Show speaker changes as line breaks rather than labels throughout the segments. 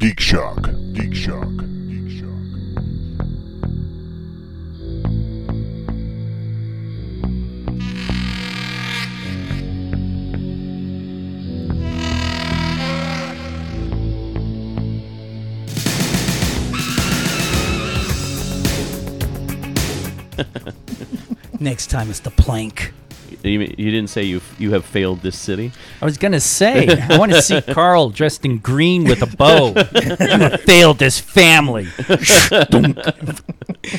Geek Shock. Geek Shock. Geek Shock.
Next time it's the plank.
You, mean- you didn't say you you have failed this city.
I was gonna say, I want to see Carl dressed in green with a bow. You failed this family.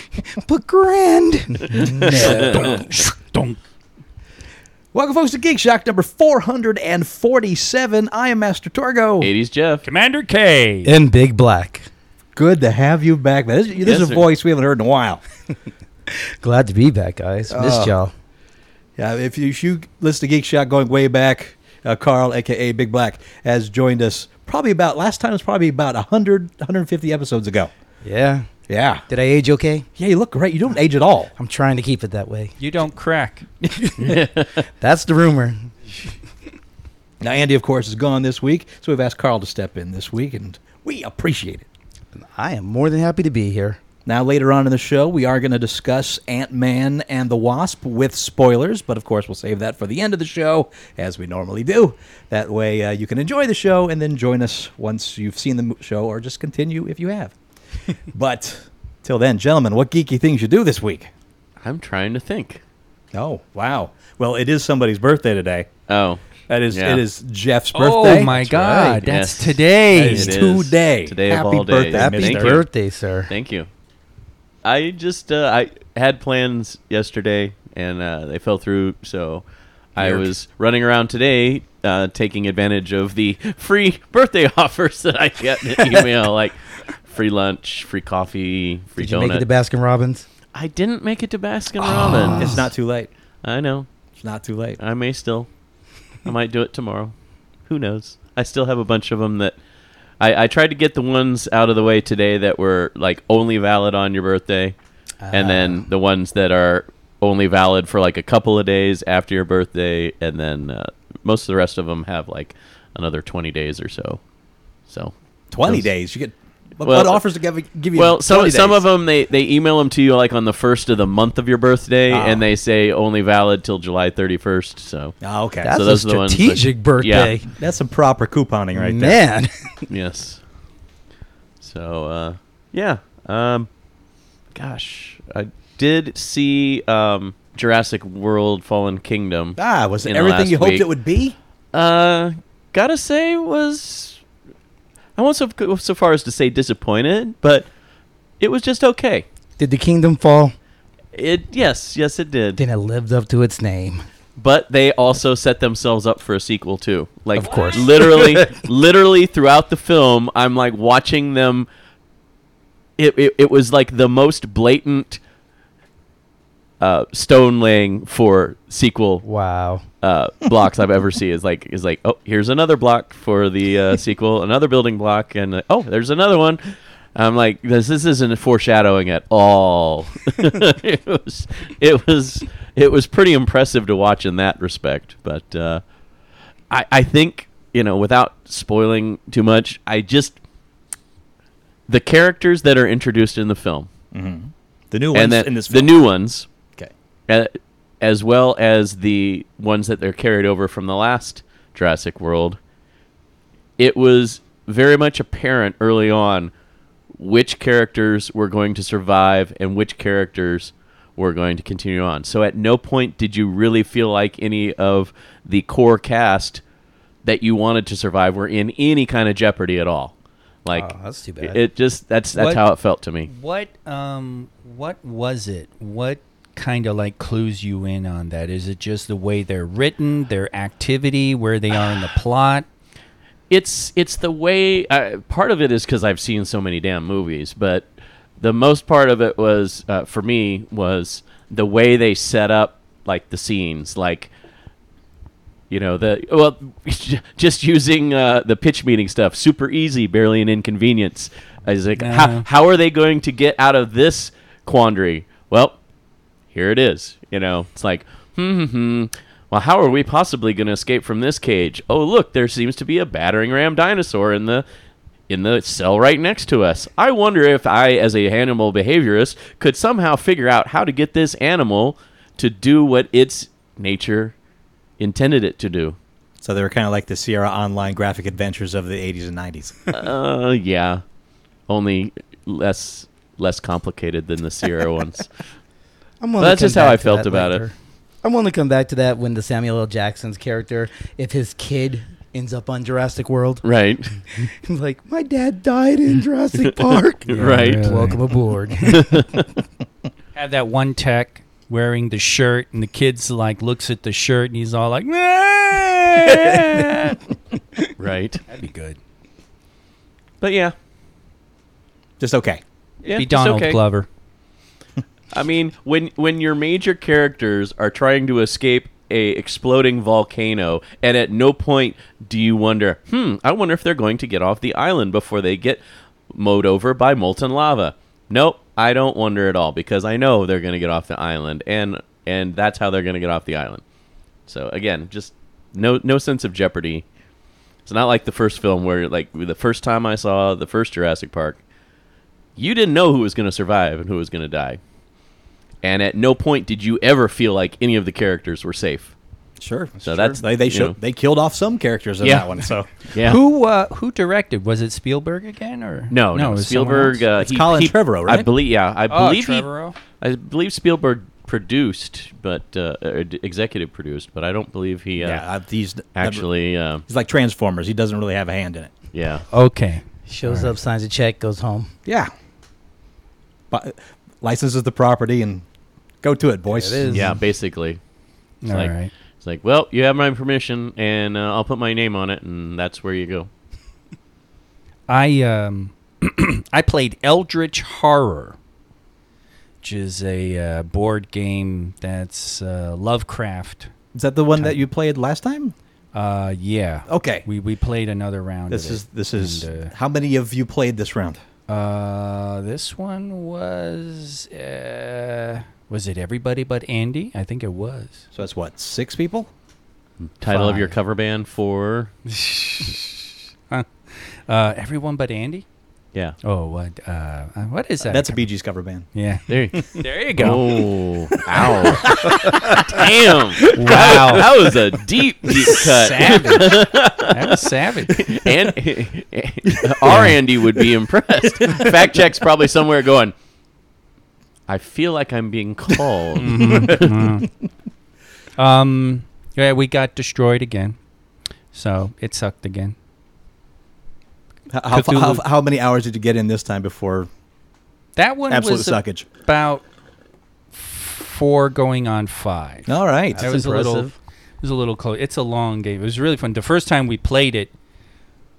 But grand. No.
Dunk.
Welcome, folks, to Geek Shock number 447. I am Master Torgo.
80s Jeff.
Commander K.
in Big Black.
Good to have you back, man. This, this
Yes,
is a
sir.
voice we haven't heard in a while. Uh,
Glad to be back, guys. Missed y'all.
Yeah, if you, if you listen to Geek Shock going way back, uh, Carl, aka Big Black, has joined us probably about last time. It's probably about 100, 150 episodes ago.
Yeah.
Yeah,
Did I age okay?
yeah, you look great. You don't age at all.
I'm trying to keep it that way.
You don't crack.
That's the rumor.
Now, Andy, of course, is gone this week, so we've asked Carl to step in this week, and we appreciate it.
I am more than happy to be here.
Now, later on in the show, we are going to discuss Ant Man and the Wasp with spoilers, but of course, we'll save that for the end of the show, as we normally do. That way, uh, you can enjoy the show and then join us once you've seen the mo- show, or just continue if you have. but till then, gentlemen, what geeky things you do this week?
I'm trying to think.
Oh, wow. Well, it is somebody's birthday today.
Oh,
That is,
Yeah.
it is Jeff's birthday.
Oh my
That's
God,
right.
that's
Yes.
today.
That is
It
today.
Today of
Happy
all
birthday,
days.
Happy
Thank
Happy
you.
birthday, sir.
Thank you. I just uh, I had plans yesterday and uh, they fell through, so I
Yerk.
was running around today. Uh, taking advantage of the free birthday offers that I get in the email, like free lunch, free coffee, free
Did you
donut.
make it to Baskin Robbins?
I didn't make it to Baskin Robbins.
It's not too late.
I know.
It's not too late.
I may still. I might do it tomorrow. Who knows? I still have a bunch of them that I, I tried to get the ones out of the way today that were like only valid on your birthday, and
Ah.
then the ones that are only valid for like a couple of days after your birthday, and then uh, most of the rest of them have like another twenty days or so. So
20
Those-
days. You get what
Well,
offers to give, give you?
well, some
20
some
days?
of them they they email them to you like on the first of the month of your birthday,
Ah.
and they say only valid till July thirty first. So
Ah, okay.
That's
So
a
those are the ones that-
strategic birthday.
That's some proper couponing right there.
Man.
Yes. So uh, yeah, um, gosh, I did see um, Jurassic World: Fallen Kingdom.
Ah, was it
In the
everything you
last
hoped
week.
it would be?
Uh, gotta say was I won't so, go so far as to say disappointed, but it was just okay.
Did the kingdom fall?
It yes, yes it did.
Then it lived up to its name.
But they also set themselves up for a sequel too. Like
Of course.
literally, literally throughout the film, I'm like watching them. It it, it was like the most blatant uh, stone laying for sequel
Wow.
uh, blocks I've ever seen. Is like is like oh here's another block for the uh, sequel, another building block, and uh, oh there's another one. I'm like this this isn't foreshadowing at all. it was it was it was pretty impressive to watch in that respect, but. Uh, I, I think you know without spoiling too much i just the characters that are introduced in the film
The new
and
ones
that
in this
the new ones
okay.
uh, as well as the ones that they're carried over from the last Jurassic World, it was very much apparent early on which characters were going to survive and which characters were going to continue on. So at no point did you really feel like any of the core cast that you wanted to survive were in any kind of jeopardy at all. Like
Oh, that's too bad.
It just that's that's
What-
how it felt to me.
What um what was it? What kind of like clues you in on that? Is it just the way they're written, their activity, where they are in the plot?
it's it's the way uh, part of it is because I've seen so many damn movies, but the most part of it was uh, for me was the way they set up like the scenes, like you know the well, just using uh, the pitch meeting stuff, super easy, barely an inconvenience. I was like, how,
Yeah.
how are they going to get out of this quandary? Well, here it is. You know, it's like, hmm, hmm, hmm. Well, how are we possibly going to escape from this cage? Oh, look, there seems to be a battering ram dinosaur in the in the cell right next to us. I wonder if I, as a animal behaviorist, could somehow figure out how to get this animal to do what its nature intended it to do.
So they were kind of like the Sierra Online graphic adventures of the 80s and 90s.
Uh, yeah, only less less complicated than the Sierra ones.
I'm
Well,
gonna
that's
come
just how
back
I
to
felt
that
about it.
later. I'm going to come back to that when the Samuel L. Jackson's character, if his kid ends up on Jurassic World,
Right,
he's like, my dad died in Jurassic Park.
right.
really.
Welcome aboard.
Have that one tech wearing the shirt, and the kid's like looks at the shirt, and he's all like, "That'd
Right.
be good."
But yeah,
Just okay.
yeah
be
it's
Donald
okay.
Glover.
I mean, when when your major characters are trying to escape a exploding volcano, and at no point do you wonder, hmm, I wonder if they're going to get off the island before they get mowed over by molten lava. Nope, I don't wonder at all because I know they're going to get off the island, and and that's how they're going to get off the island. So again, just no no sense of jeopardy. It's not like the first film where like the first time I saw the first Jurassic Park, you didn't know who was going to survive and who was going to die. And at no point did you ever feel like any of the characters were safe.
Sure.
So that's-
they they
you
show,
know.
they killed off some characters in
Yeah.
that one. So
Yeah.
Who uh, who directed? Was it Spielberg again, or
No, no.
it was someone
Spielberg.
else?
Uh,
It's Colin Trevorrow, right?
I believe. Yeah, I
Oh,
believe. he-
Trevorrow?
I believe Spielberg produced, but uh, uh, d- executive produced, but I don't believe he uh,
yeah, uh, he's
actually. Uh,
he's like Transformers. He doesn't really have a hand in it.
yeah.
Oh,
okay,
Shows up, signs a check, goes home.
Yeah. But uh, licenses the property and go to it, boys.
There it is.
Yeah. Basically,
all
It's
right.
like- it's like, well, you have my permission, and uh, I'll put my name on it, and that's where you go.
I um, I played Eldritch Horror, which is a uh, board game that's uh, Lovecraft.
Is that the one that you played last time?
Uh, yeah.
Okay.
We we played another round.
This
of
is
it,
this is
and,
how many of you played this round?
uh, uh, this one was uh, was it everybody but Andy? I think it was.
So that's what six people.
Title of your
Five.
cover band for
Uh, everyone but Andy.
yeah.
Oh, what uh, what is that?
That's a Bee Gees cover band.
yeah.
There,
There you
go. Oh, ow! Damn!
Wow.
that was a deep, deep cut.
savage. that was savage.
and our Andy would be impressed. Fact check's probably somewhere going. I feel like I'm being called.
Um, yeah, we got destroyed again, so it sucked again.
How, how,
Cthulhu.
how, how many hours did you get in this time before
That one
absolute
was
suckage?
about four going on five.
All right.
That was a little.
impressive.
It was a little close. It's a long game. It was really fun. The first time we played it,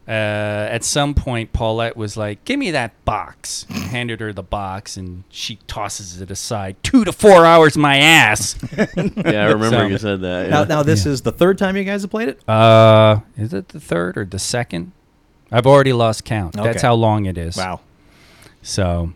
uh, at some point Paulette was like, "Give me that box." I handed her the box, and she tosses it aside. Two to four hours, my ass.
yeah, I remember
So-
you said that.
Now,
yeah.
now this is the third time you guys have played it.
Uh, is it the third or the second? I've already lost count. That's
Okay.
how long it is.
Wow.
So,
Well,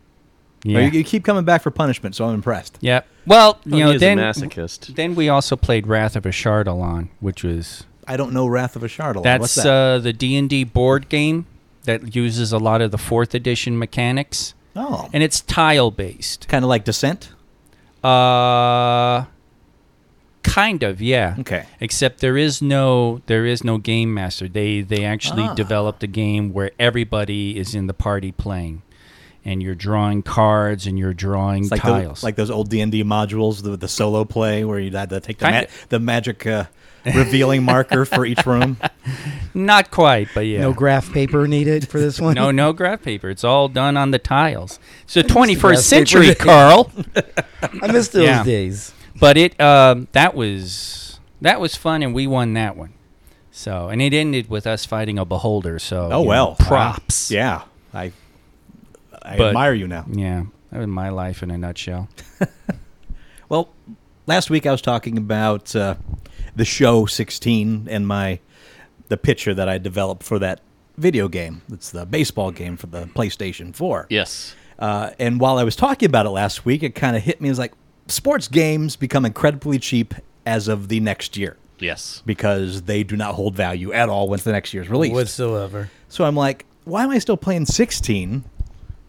yeah,
You, Oh, you keep coming back for punishment, so I'm impressed.
yeah. Well, you
He
know,
is
then
a masochist.
then we also played Wrath of a Shardalon, which was
I don't know Wrath of a Shardalon. What's
that's
that?
uh, the D and D board game that uses a lot of the fourth edition mechanics,
oh,
and it's tile based.
kind of like Descent.
Uh, kind of, yeah.
Okay.
Except there is no there is no game master. They they actually
Ah.
developed a game where everybody is in the party playing, and you're drawing cards and you're drawing
It's like tho-
tiles.
like those old D and D modules, the, the solo play where you had to take the, ma-
Kinda.
the magic uh, revealing marker for each room.
not quite, but yeah.
No graph paper needed for this one.
no, no graph paper. It's all done on the tiles. It's the 21st
graph paper
century,
day.
Carl.
I miss those
Yeah.
days.
But it um, that was that was fun, and we won that one. So and it ended with us fighting a beholder.
Oh
So you know,
well,
props.
Wow. Yeah, I I
But-
admire you now.
yeah. That was my life in a nutshell.
Well, last week I was talking about uh, the show 16 and my the picture that I developed for that video game. It's the baseball game for the PlayStation 4.
Yes.
Uh, and while I was talking about it last week, it kind of hit me as like sports games become incredibly cheap as of the next year
Yes.
because they do not hold value at all once the next year's release.
Whatsoever.
So I'm like, why am I still playing 16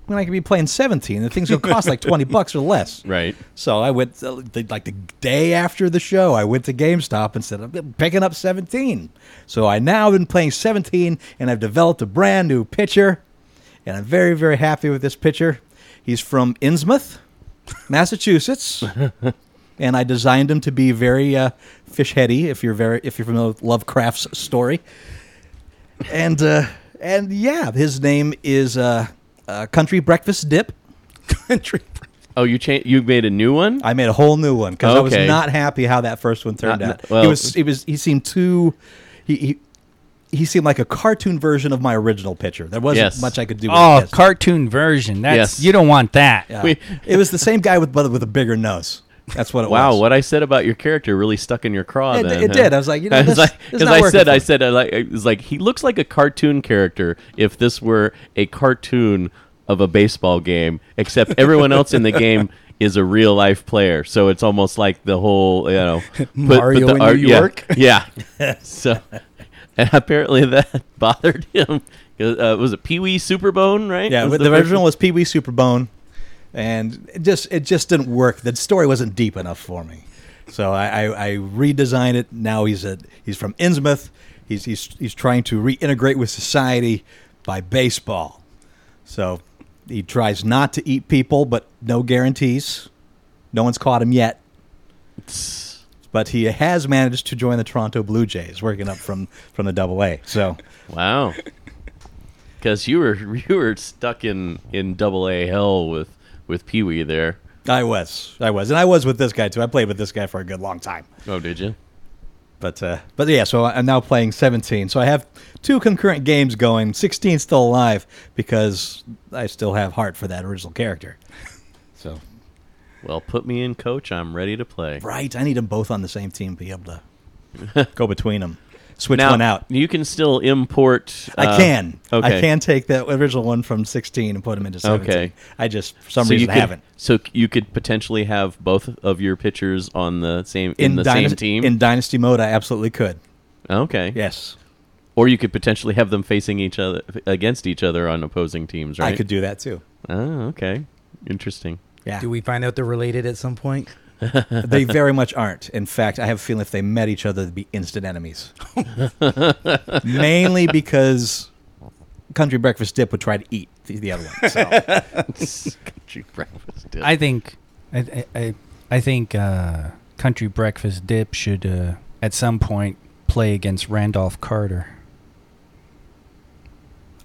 when I could be playing 17? The thing's going to cost like 20 bucks or less.
Right.
So I went uh, the- like the day after the show. I went to GameStop and said, "I'm picking up 17." So I now been playing 17, and I've developed a brand new pitcher, and I'm very very happy with this pitcher. He's from Innsmouth, Massachusetts, and I designed him to be very uh, fish heady. If you're very if you're familiar with Lovecraft's story, and uh, and yeah, his name is uh, uh, Country Breakfast Dip.
Country.
Oh, you changed. You made a new one.
I made a whole new one because I was
Okay.
not happy how that first one turned
Not-
out.
well-
he was, he was, he seemed too, he, he, he seemed like a cartoon version of my original picture. There wasn't
Yes.
much I could do. With
Oh,
this.
cartoon version. That's
Yes.
you don't want that.
Yeah.
we-
it was the same guy with but with a bigger nose. That's what it
Wow,
was.
what I said about your character really stuck in your craw.
It-
then,
it
huh?
did. I was like, you know, this- this is not
I
working
said,
for
I
me.
said, I like, it was like he looks like a cartoon character if this were a cartoon of a baseball game, except everyone else in the game is a real life player. So it's almost like the whole, you know,
Mario in New
art- yeah,
York?
Yeah. so, and apparently that bothered him. 'Cause, Uh, was it Pee Wee Superbone? Right?
Yeah,
Was
the, original was Pee Wee Superbone, and it just it just didn't work. The story wasn't deep enough for me, so I, I, I redesigned it. Now he's at he's from Innsmouth. He's he's he's trying to reintegrate with society by baseball. So he tries not to eat people, but no guarantees. No one's caught him yet. But he has managed to join the Toronto Blue Jays, working up from from the Double A. So
Wow. Because you were you were stuck in in double A hell with with Pee Wee there.
I was, I was, and I was with this guy too. I played with this guy for a good long time.
Oh, did you?
But uh, but yeah, so I'm now playing 17. So I have two concurrent games going. 16 still alive because I still have heart for that original character. So
Well, put me in, coach. I'm ready to play.
right, I need them both on the same team to be able to go between them, switch
Now
one out.
you can still import. uh,
I can.
Okay.
I can take that original one from 16 and put them into 17.
Okay.
I just for some
so you
reason
could,
haven't.
So you could potentially have both of your pitchers on the same in, the
dynasty,
same team.
in dynasty mode, I absolutely could.
okay.
Yes,
Or you could potentially have them facing each other against each other on opposing teams. Right.
I could do that too.
Oh, okay. Interesting.
Yeah.
Do we find out they're related at some point?
they very much aren't. In fact, I have a feeling if they met each other, they'd be instant enemies. Mainly because Country Breakfast Dip would try to eat the, the other one. So.
Country breakfast. dip.
I think I I- I, I think uh, country breakfast dip should uh, at some point play against Randolph Carter.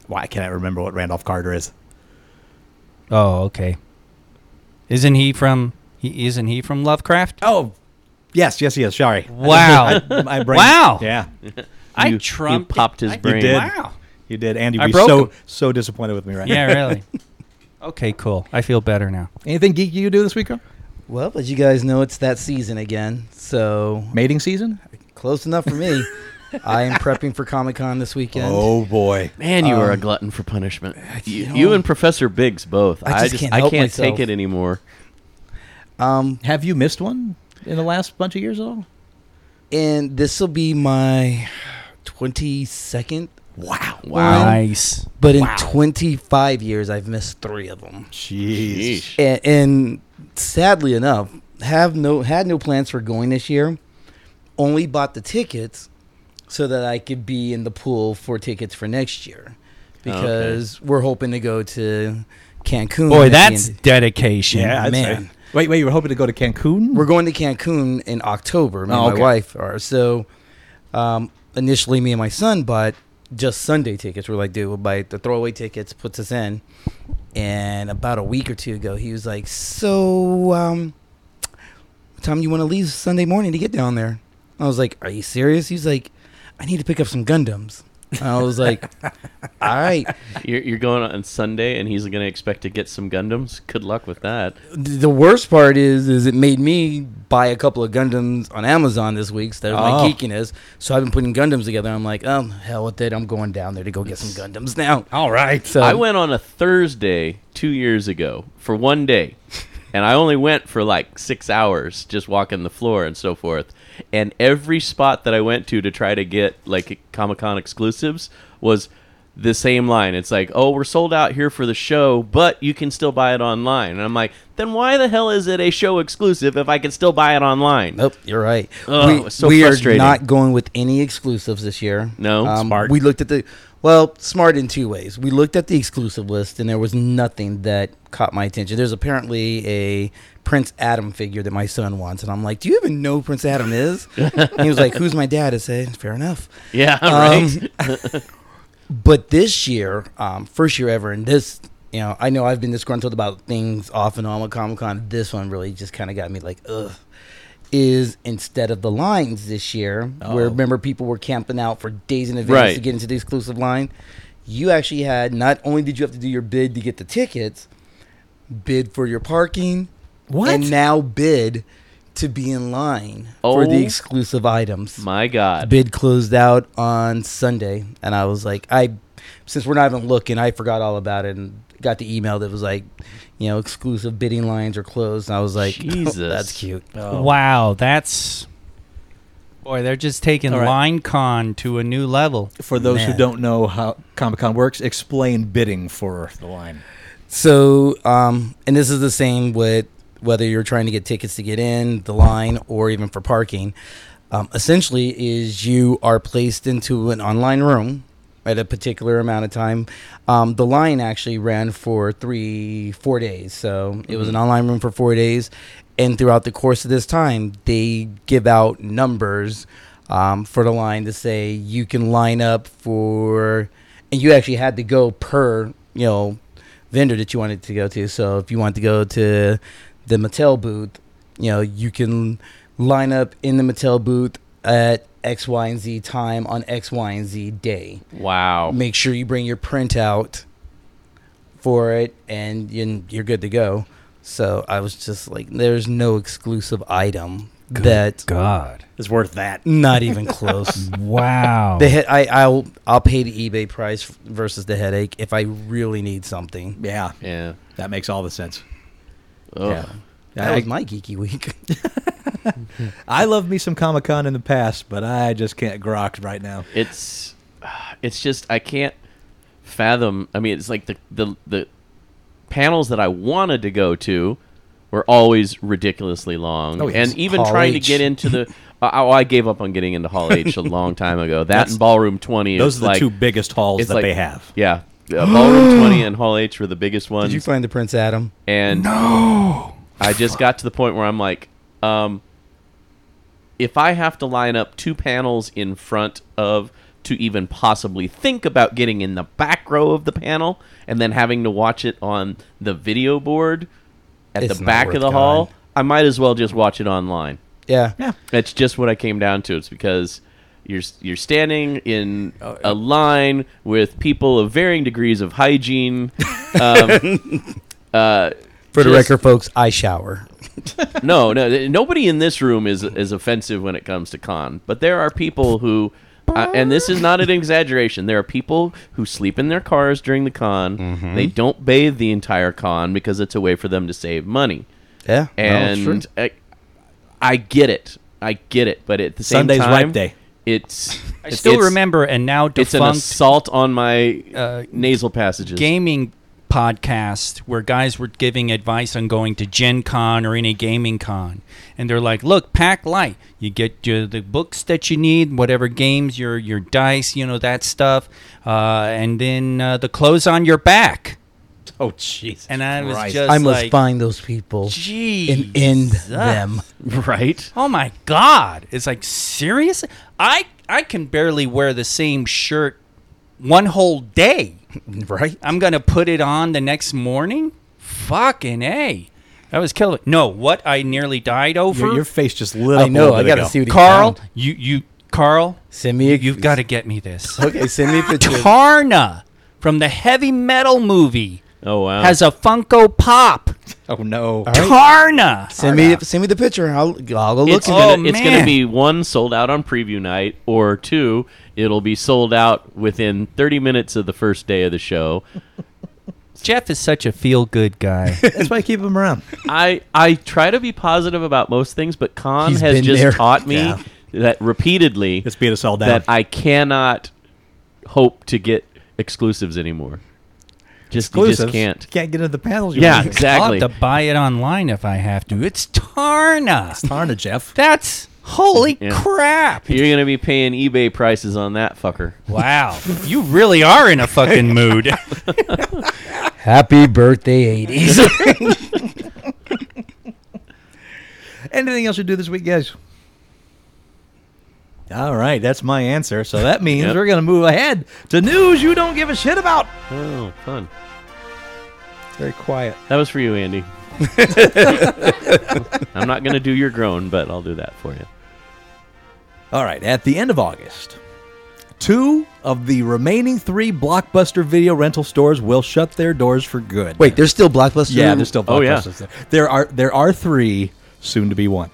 Why can't I remember what Randolph Carter is?
Oh, okay. Isn't he from? He isn't he from Lovecraft?
Oh, yes, yes, yes. Sorry.
Wow.
I, my brain,
Wow.
Yeah,
I
You- you
trumped.
popped his
I-
brain. You
did.
Wow.
you did. Andy
I
would be
broke
so
him.
so disappointed with me right
Yeah,
now.
really. Okay, cool. I feel better now.
Anything geeky you do this week? Carl?
Well, as you guys know, it's that season again. So
Mating season?
close enough for me. I am prepping for Comic Con this weekend.
Oh boy.
Man, you are a
Um,
glutton for punishment. You,
you
you
know-
and Professor Biggs both.
I just can't
I
help
can't
myself.
take it anymore.
Um,
Have you missed one in the last bunch of years at all?
and this will be my 22nd,
Wow.
Wow.
Nice.
but in 25 years, I've missed three of them.
Jeez.
Yeesh.
and, and sadly enough, have no had no plans for going this year. Only bought the tickets so that I could be in the pool for tickets for next year
Oh,
because we're hoping to go to Cancun.
Boy,
at the
that's
end-
dedication.
Yeah, I'd
man.
say. Wait, wait. You were hoping to go to Cancun?
we're going to Cancun in October. Me
Mm. Oh,
and
okay.
my wife are so. Um, initially, me and my son bought just Sunday tickets. We're like, dude, we'll buy the throwaway tickets. Puts us in. And about a week or two ago, he was like, "So, um, what time you want to leave Sunday morning to get down there?" I was like, "Are you serious?" He's like, "I need to pick up some Gundams." I was like, "All right."
You're, you're going on Sunday, and he's going to expect to get some Gundams. Good luck with that.
Th- The worst part is, is it made me buy a couple of Gundams on Amazon this week. So that was
Oh.
my geekiness. So I've been putting Gundams together. I'm like, um, hell with it. I'm going down there to go get some Gundams now.
All right.
So
I went on a Thursday two years ago for one day, and I only went for like six hours, just walking the floor and so forth. And every spot that I went to to try to get like Comic Con exclusives was the same line. It's like, oh, we're sold out here for the show, but you can still buy it online. And I'm like, then why the hell is it a show exclusive if I can still buy it online?
Nope, you're right.
Ugh,
we
it's Oh, so
we are
frustrating.
not going with any exclusives this year. Um,
No?
Smart.
We looked at the well, smart in two ways. We looked at the exclusive list, and there was nothing that caught my attention. There's apparently a Prince Adam figure that my son wants, and I'm like, "Do you even know who Prince Adam is?" and he was like, "Who's my dad?" I said, "Fair enough."
Yeah,
Um,
right.
But this year, um, first year ever, and this, you know, I know I've been disgruntled about things off and on with Comic Con. This one really just kind of got me like, ugh. Is instead of the lines this year, where
Oh.
remember people were camping out for days in advance
Right.
to get into the exclusive line, you actually had not only did you have to do your bid to get the tickets, bid for your parking,
What?
and now bid to be in line for
Oh.
the exclusive items
My God.
bid closed out on Sunday, and I was like, I since we're not even looking, I forgot all about it and got the email that was like, you know, exclusive bidding lines are closed, and I was like, "Oh,
Jesus. Oh,
that's cute.
Wow, that's boy, they're just taking
All right.
line con to a new level.
For those who
Man.
don't know how Comic Con works, explain bidding for the line.
So, um, and this is the same with whether you're trying to get tickets to get in the line or even for parking. Um, essentially, is you are placed into an online room at a particular amount of time. Um, the line actually ran for three, four days. So it was an online room for four days, and throughout the course of this time, they give out numbers um, for the line to say you can line up for, and you actually had to go per you know vendor that you wanted to go to. So if you want to go to the Mattel booth, you know, you can line up in the Mattel booth at X, Y, and Z time on X, Y, and Z day.
Wow.
Make sure you bring your printout for it and you- you're good to go. So I was just like, there's no exclusive item that
God.
It's worth that.
not even close.
Wow.
The head, I, I'll, I'll pay the eBay price versus the headache if I really need something.
Yeah,
Yeah. Oh.
that makes all the sense.
Ugh.
Yeah.
That
I-
was my geeky week.
I love me some Comic Con in the past, but I just can't grok right now.
it's it's just I can't fathom. I mean, it's like the the the panels that I wanted to go to were always ridiculously long,
Oh, yes.
and even
Hall
trying to
H.
get into the. Uh, oh, I gave up on getting into Hall H a long time ago. That and Ballroom Twenty.
Those
is
are the
like,
two biggest halls
it's
that
like-
they have.
Yeah, uh, Ballroom Twenty and Hall H were the biggest ones.
Did you find the Prince Adam?
And no, I just got to the point where I'm like, um, if I have to line up two panels in front of to even possibly think about getting in the back row of the panel and then having to watch it on the video board at
It's
the
not
back of
worth
the hall,
going.
I might as well just watch it online.
Yeah.
Yeah.
That's just what I came down to. It's because you're you're standing in
Oh,
a line with people of varying degrees of hygiene. Um, uh,
For the
just-
record, folks, I shower.
no, no, th- nobody in this room is is offensive when it comes to con, but there are people who. Uh, and this is not an exaggeration. There are people who sleep in their cars during the con.
Mm-hmm.
They don't bathe the entire con because it's a way for them to save money.
Yeah.
And I, I get it. I get it. But at the same
Sunday's
time,
wipe day.
It's
I still
it's-
remember and now
It's an
defunct
assault on my
uh,
nasal passages.
gaming podcast where guys were giving advice on going to Gen Con or any gaming con. And they're like, look, pack light. You get your, the books that you need, whatever games, your, your dice, you know, that stuff. Uh, and then uh, the clothes on your back.
Oh, jeez.
And I was
Christ.
just
I must
like,
find those people
Jeez.
and end them.
right?
Oh my god! It's like serious. I I can barely wear the same shirt one whole day.
Right?
I'm gonna put it on the next morning. Fucking a, that was killer. No, what I nearly died over.
your, your face just lit up.
I know.
a
I
got
got to see what he
Carl,
found.
you you Carl,
Send me a-
you've got to get me this.
Okay, send me a picture.
Tarna from the heavy metal movie
Oh wow.
has a Funko Pop.
Oh no.
Tarna.
Send me, send me the picture. I'll, I'll go look
it's
at
all-
it. Oh,
gonna, it's gonna
man.
be one sold out on preview night or two it'll be sold out within 30 minutes of the first day of the show
Jeff is such a feel good guy.
That's why I keep him around.
i i try to be positive about most things but con
He's
has
been
just
there.
taught me
Yeah.
that repeatedly
It's beat us all down.
that i cannot hope to get exclusives anymore. Just you just
Exclusives.
can't.
Can't get into the panels. you
Yeah,
want.
exactly.
I'll have to buy it online if I have to. It's Tarna.
Tarna, Jeff.
That's holy
Yeah.
crap.
You're gonna be paying eBay prices on that fucker.
Wow. you really are in a fucking mood.
Happy birthday, 80s.
Anything else you do this week, guys? All right, that's my answer. So that means
Yep.
we're going to move ahead to news you don't give a shit about.
Oh, fun.
Very quiet.
That was for you, Andy. I'm not gonna do your groan, but I'll do that for you.
All right, at the end of August, two of the remaining three blockbuster video rental stores will shut their doors for good.
Wait, there's still Blockbuster?
yeah, there's still
Oh, yeah.
blockbusters. there. There are there are three, soon to be one.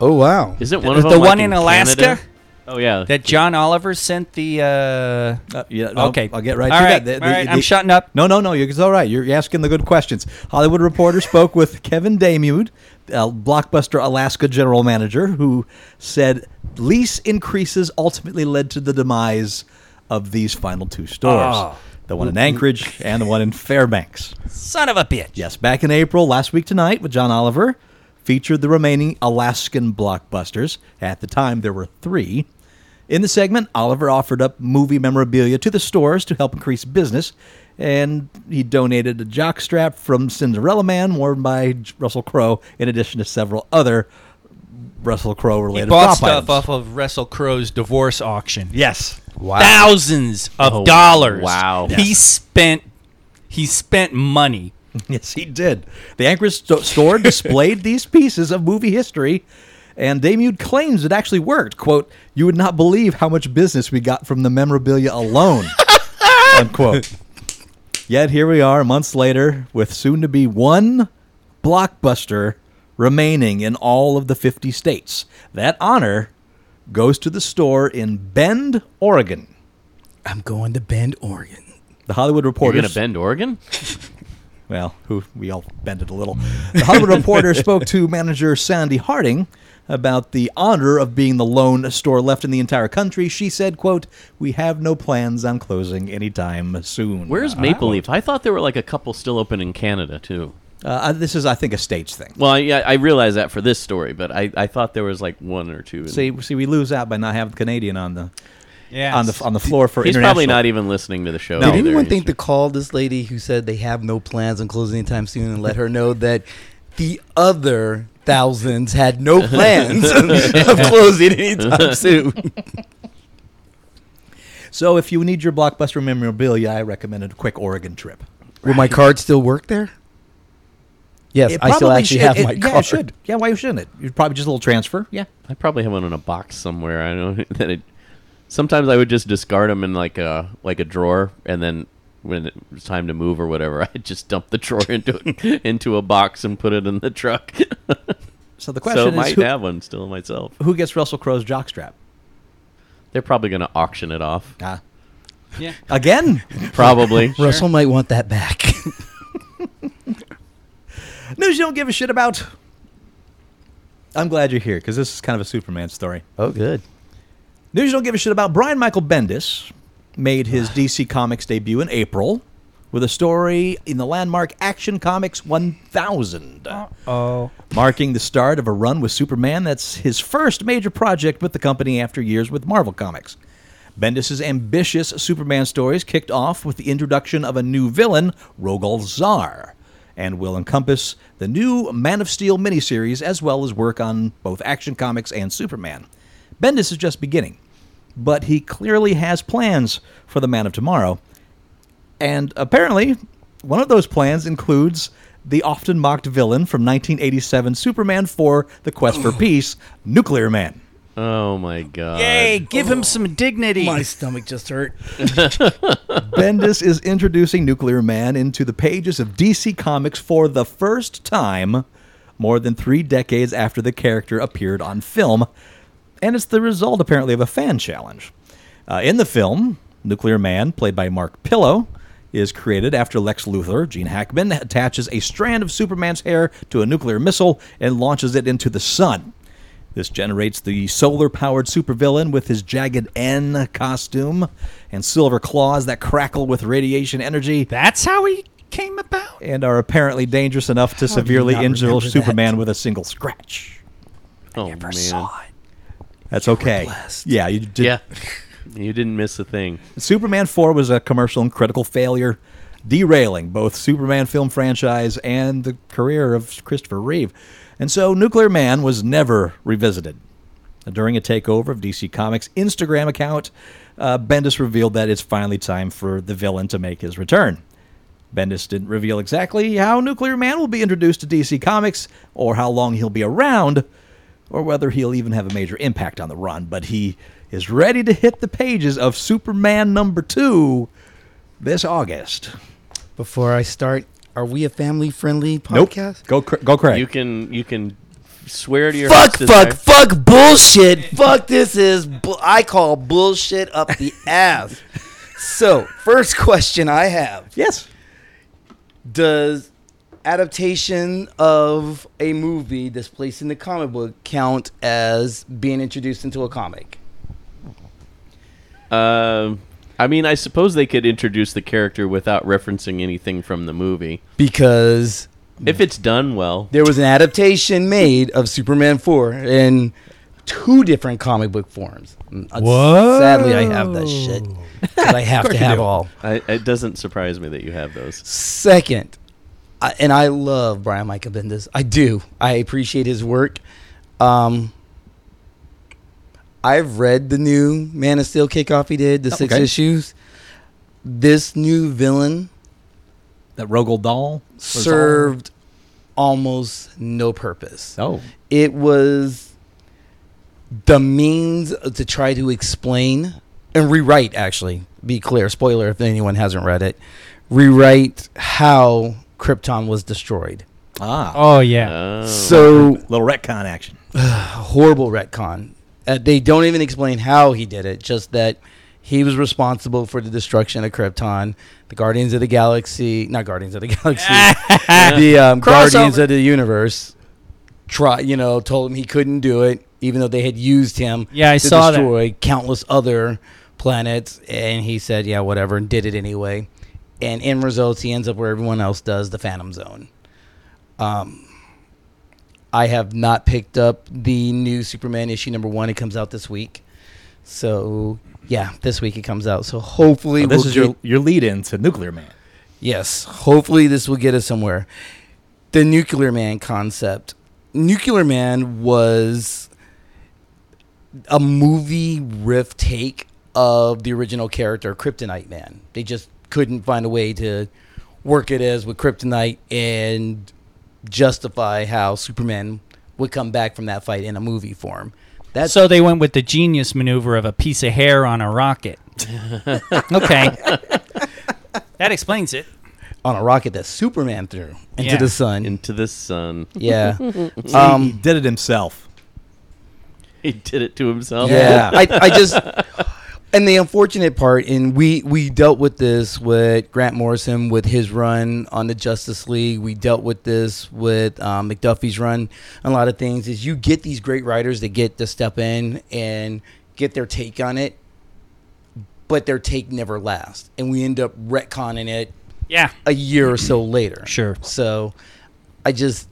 Oh, wow.
Isn't one
Is
of
the
them like,
one in Alaska?
Canada? Oh yeah.
that John Oliver sent the. Uh,
Uh, yeah, I'll-
okay.
I'll, get right
All
to that.
right,
The- the-
all right, I'm
the-
shutting up.
No, no, no. You're, it's all right. You're asking the good questions. Hollywood Reporter spoke with Kevin Damude, uh, Blockbuster Alaska general manager, who said lease increases ultimately led to the demise of these final two stores
Ah.
the one in Anchorage and the one in Fairbanks.
Son of a bitch.
Yes, back in April, last week tonight with John Oliver, featured the remaining Alaskan blockbusters. At the time, there were three. In the segment, Oliver offered up movie memorabilia to the stores to help increase business, and he donated a jockstrap from Cinderella Man worn by J- Russell Crowe, in addition to several other Russell Crowe
He
related
bought
prop
stuff
items.
off of Russell Crowe's divorce auction.
Yes.
Thousands of
Oh,
dollars.
wow.
He spent. He spent money.
Yes, he did. The Anchorage sto- store displayed these pieces of movie history, and Damude claims it actually worked. "Quote: You would not believe how much business we got from the memorabilia alone." Unquote. Yet here we are, months later, with soon-to-be one blockbuster remaining in all of the 50 states. That honor goes to the store in Bend, Oregon.
I'm going to Bend, Oregon.
The Hollywood
You're
Reporter.
gonna bend Oregon?
well, who we all bend it a little. The Hollywood Reporter spoke to manager Sandy Harding about the honor of being the lone store left in the entire country. She said, "quote We have no plans on closing anytime soon." Uh,
Where's Maple Leaf? I thought there were like a couple still open in Canada too.
uh, this is, I think, a stage thing.
Well, I, yeah, I realize that for this story, but I, I thought there was like one or two. in-
See, see, we lose out by not having the Canadian on the
Yeah.
on the on the floor for
he's
international.
probably not even listening to the show.
Did
either.
anyone
He's
think to
just-
call this lady who said they have no plans on closing anytime soon and let her know that the other thousands had no plans of closing anytime soon?
e-
So, if you need your blockbuster memorabilia, I recommend a quick Oregon trip.
Will my card still work there? Yes,
It
I still
probably
actually
should-
have
it-
my
yeah,
card.
it should. Yeah, why shouldn't it? You'd probably just a little transfer. Yeah.
I probably have one in a box somewhere. I know that it. Sometimes I would just discard them in like a like a drawer, and then when it was time to move or whatever, I'd just dump the drawer into into a box and put it in the truck.
So the
so I
question is,
might
who,
have one still myself.
who gets Russell Crowe's jockstrap?
They're probably going to auction it off.
Ah.
Yeah.
Again,
Probably.
Russell might want that back.
news you don't give a shit about. I'm glad you're here because this is kind of a Superman story.
oh, good.
News you don't give a shit about. Brian Michael Bendis made his DC Comics debut in April with a story in the landmark Action Comics 1000,
Oh.
marking the start of a run with Superman that's his first major project with the company after years with Marvel Comics. Bendis' ambitious Superman stories kicked off with the introduction of a new villain, Rogal Zar, and will encompass the new Man of Steel miniseries as well as work on both Action Comics and Superman. Bendis is just beginning, but he clearly has plans for the Man of Tomorrow, and apparently, one of those plans includes the often mocked villain from 1987 Superman 4 The Quest for Peace, Nuclear Man.
Oh my god.
Yay! Give him some dignity.
stomach just hurt.
Bendis is introducing Nuclear Man into the pages of DC Comics for the first time, more than three decades after the character appeared on film, and it's the result, apparently, of a fan challenge. Uh, in the film, Nuclear Man, played by Mark Pillow, is created after Lex Luthor, Gene Hackman, attaches a strand of Superman's hair to a nuclear missile and launches it into the sun. This generates the solar powered supervillain with his jagged N costume and silver claws that crackle with radiation energy
That's how he came about.
and are apparently dangerous enough to severely
not
injure
remember that?
Superman with a single scratch.
Oh
Never
man,
saw it.
That's okay.
blessed.
Yeah, you did.
yeah, you didn't miss a thing.
Superman 4 was a commercial and critical failure, derailing both Superman film franchise and the career of Christopher Reeve. And so Nuclear Man was never revisited. During a takeover of DC Comics' Instagram account, uh, Bendis revealed that it's finally time for the villain to make his return. Bendis didn't reveal exactly how Nuclear Man will be introduced to DC Comics or how long he'll be around or whether he'll even have a major impact on the run, but he is ready to hit the pages of Superman number 2 this August.
Before I start, are we a family friendly podcast?
Go cra- go Craig.
You can you can swear to your
Fuck,
heart's desire.
fuck, fuck bullshit. fuck, this is, bu- I call bullshit up the ass. So, first question I have
yes.
does adaptation of a movie that's placed in the comic book count as being introduced into a comic?
Um, I mean, I suppose they could introduce the character without referencing anything from the movie
Because
if it's done well.
there was an adaptation made of Superman 4 in two different comic book forms. Mm, uh,
Whoa.
Sadly, I have that shit. 'Cause I have to have all.
I, it doesn't surprise me that you have those.
Second, I, and I love Brian Michael Bendis. I do. I appreciate his work. Um, I've read the new Man of Steel kickoff he did, the six
Okay.
issues. This new villain
That Rogel doll was
served almost no purpose.
all- Oh.
It was the means to try to explain and rewrite, actually, be clear, spoiler if anyone hasn't read it, rewrite how Krypton was destroyed.
Ah.
Oh yeah.
Oh.
So
Little retcon action.
horrible retcon. Uh, they don't even explain how he did it. Just that he was responsible for the destruction of Krypton, the Guardians of the Galaxy, not Guardians of the Galaxy, the um, Guardians of the Universe. Try, you know, told him he couldn't do it, even though they had used him.
Yeah, I
to
saw that.
destroy countless other planets, and he said, "Yeah, whatever," and did it anyway. And in results, he ends up where everyone else does, the Phantom Zone. Um, I have not picked up the new Superman issue number one. It comes out this week. So yeah, this week it comes out. So hopefully
Well, Oh, this
we'll
is your
get-
your lead in to Nuclear Man.
yes. Hopefully this will get us somewhere. The Nuclear Man concept. Nuclear Man was a movie riff take of the original character Kryptonite Man. They just couldn't find a way to work it as with Kryptonite and justify how Superman would come back from that fight in a movie form. That's
so they went with the genius maneuver of a piece of hair on a rocket. okay. that explains it.
on a rocket that Superman threw into
Yeah.
the sun.
into the sun.
yeah.
he
um,
did it himself.
He did it to himself.
yeah. I, I just and the unfortunate part, and we we dealt with this with Grant Morrison with his run on the Justice League. We dealt with this with um, McDuffie's run. A lot of things is you get these great writers that get to step in and get their take on it, but their take never lasts, and we end up retconning it
Yeah.
a year or so later.
Sure.
So I just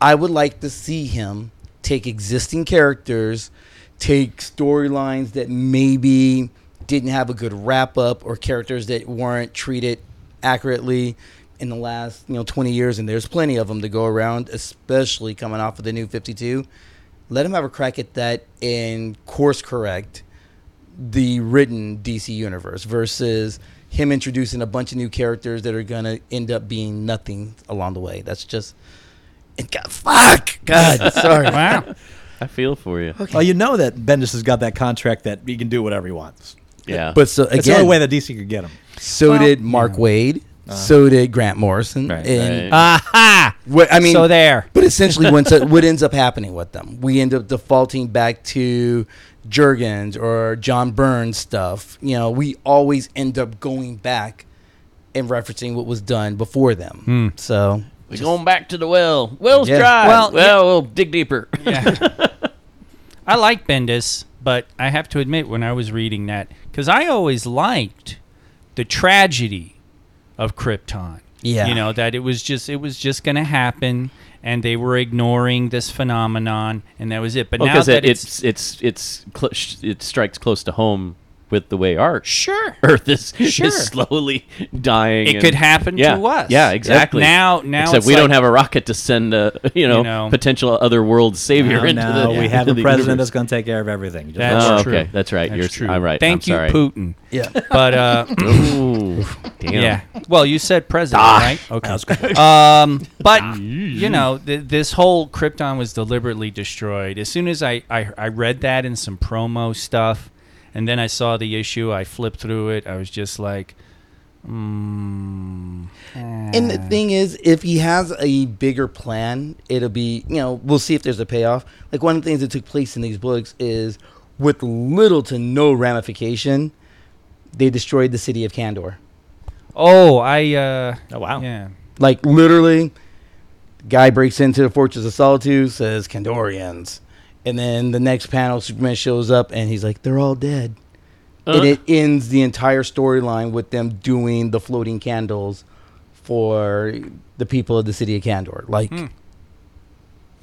I would like to see him take existing characters, take storylines that maybe didn't have a good wrap up or characters that weren't treated accurately in the last, you know, 20 years and there's plenty of them to go around, especially coming off of the new 52. Let him have a crack at that and course correct the written DC universe versus him introducing a bunch of new characters that are gonna end up being nothing along the way. That's just it got fuck God sorry.
Wow.
I feel for you.
Well, you know that Bendis has got that contract that he can do whatever he wants.
Yeah.
But so
That's the only
again,
way that Uh-huh. DC could get him.
so did Mark Wade, so did Grant Morrison,
Right.
and
Right.
Aha.
what- I mean,
so there.
But essentially, what's, what ends up happening with them? We end up defaulting back to Jurgens or John Burns stuff. You know, we always end up going back and referencing what was done before them. So
We're going back to the well. Well's
Yeah.
dry.
Well,
Well, we'll dig deeper.
Yeah. I like Bendis, but I have to admit, when I was reading that, because I always liked the tragedy of Krypton.
Yeah.
you know that it was just it was just going to happen, and they were ignoring this phenomenon, and that was it. But now
because
that
it,
it's,
it's it's it's cl- sh- it strikes close to home with the way our
sure,
Earth is
Sure.
is slowly dying.
it
and-
could happen
yeah,
to us.
Yeah, exactly.
Now, now
except
it's
we don't
like-
have a rocket to send a you know,
know.
potential other world savior
Now,
into
now
the.
we have a
into the
president
universe.
that's going to take care of everything. Just
That's
Oh,
true.
okay, that's right.
That's
You're
true.
I'm right.
Thank
I'm
you,
sorry.
Putin.
Yeah.
But uh,
Ooh, damn. Ah. Oh.
yeah. Well, you said president, right? Okay.
that's good.
Um, but you know, th- this whole Krypton was deliberately destroyed. As soon as I, I I read that in some promo stuff, and then I saw the issue, I flipped through it. I was just like, mm,
And the thing is, if he has a bigger plan, it'll be, you know, we'll see if there's a payoff. Like, one of the things that took place in these books is with little to no ramification, they destroyed the city of Kandor.
oh, I uh,
Oh, wow.
yeah.
Like, literally, guy breaks into the Fortress of Solitude, says Kandorians. And then the next panel, Superman shows up and he's like, they're all dead.
Uh.
and it ends the entire storyline with them doing the floating candles for the people of the city of Kandor. Like,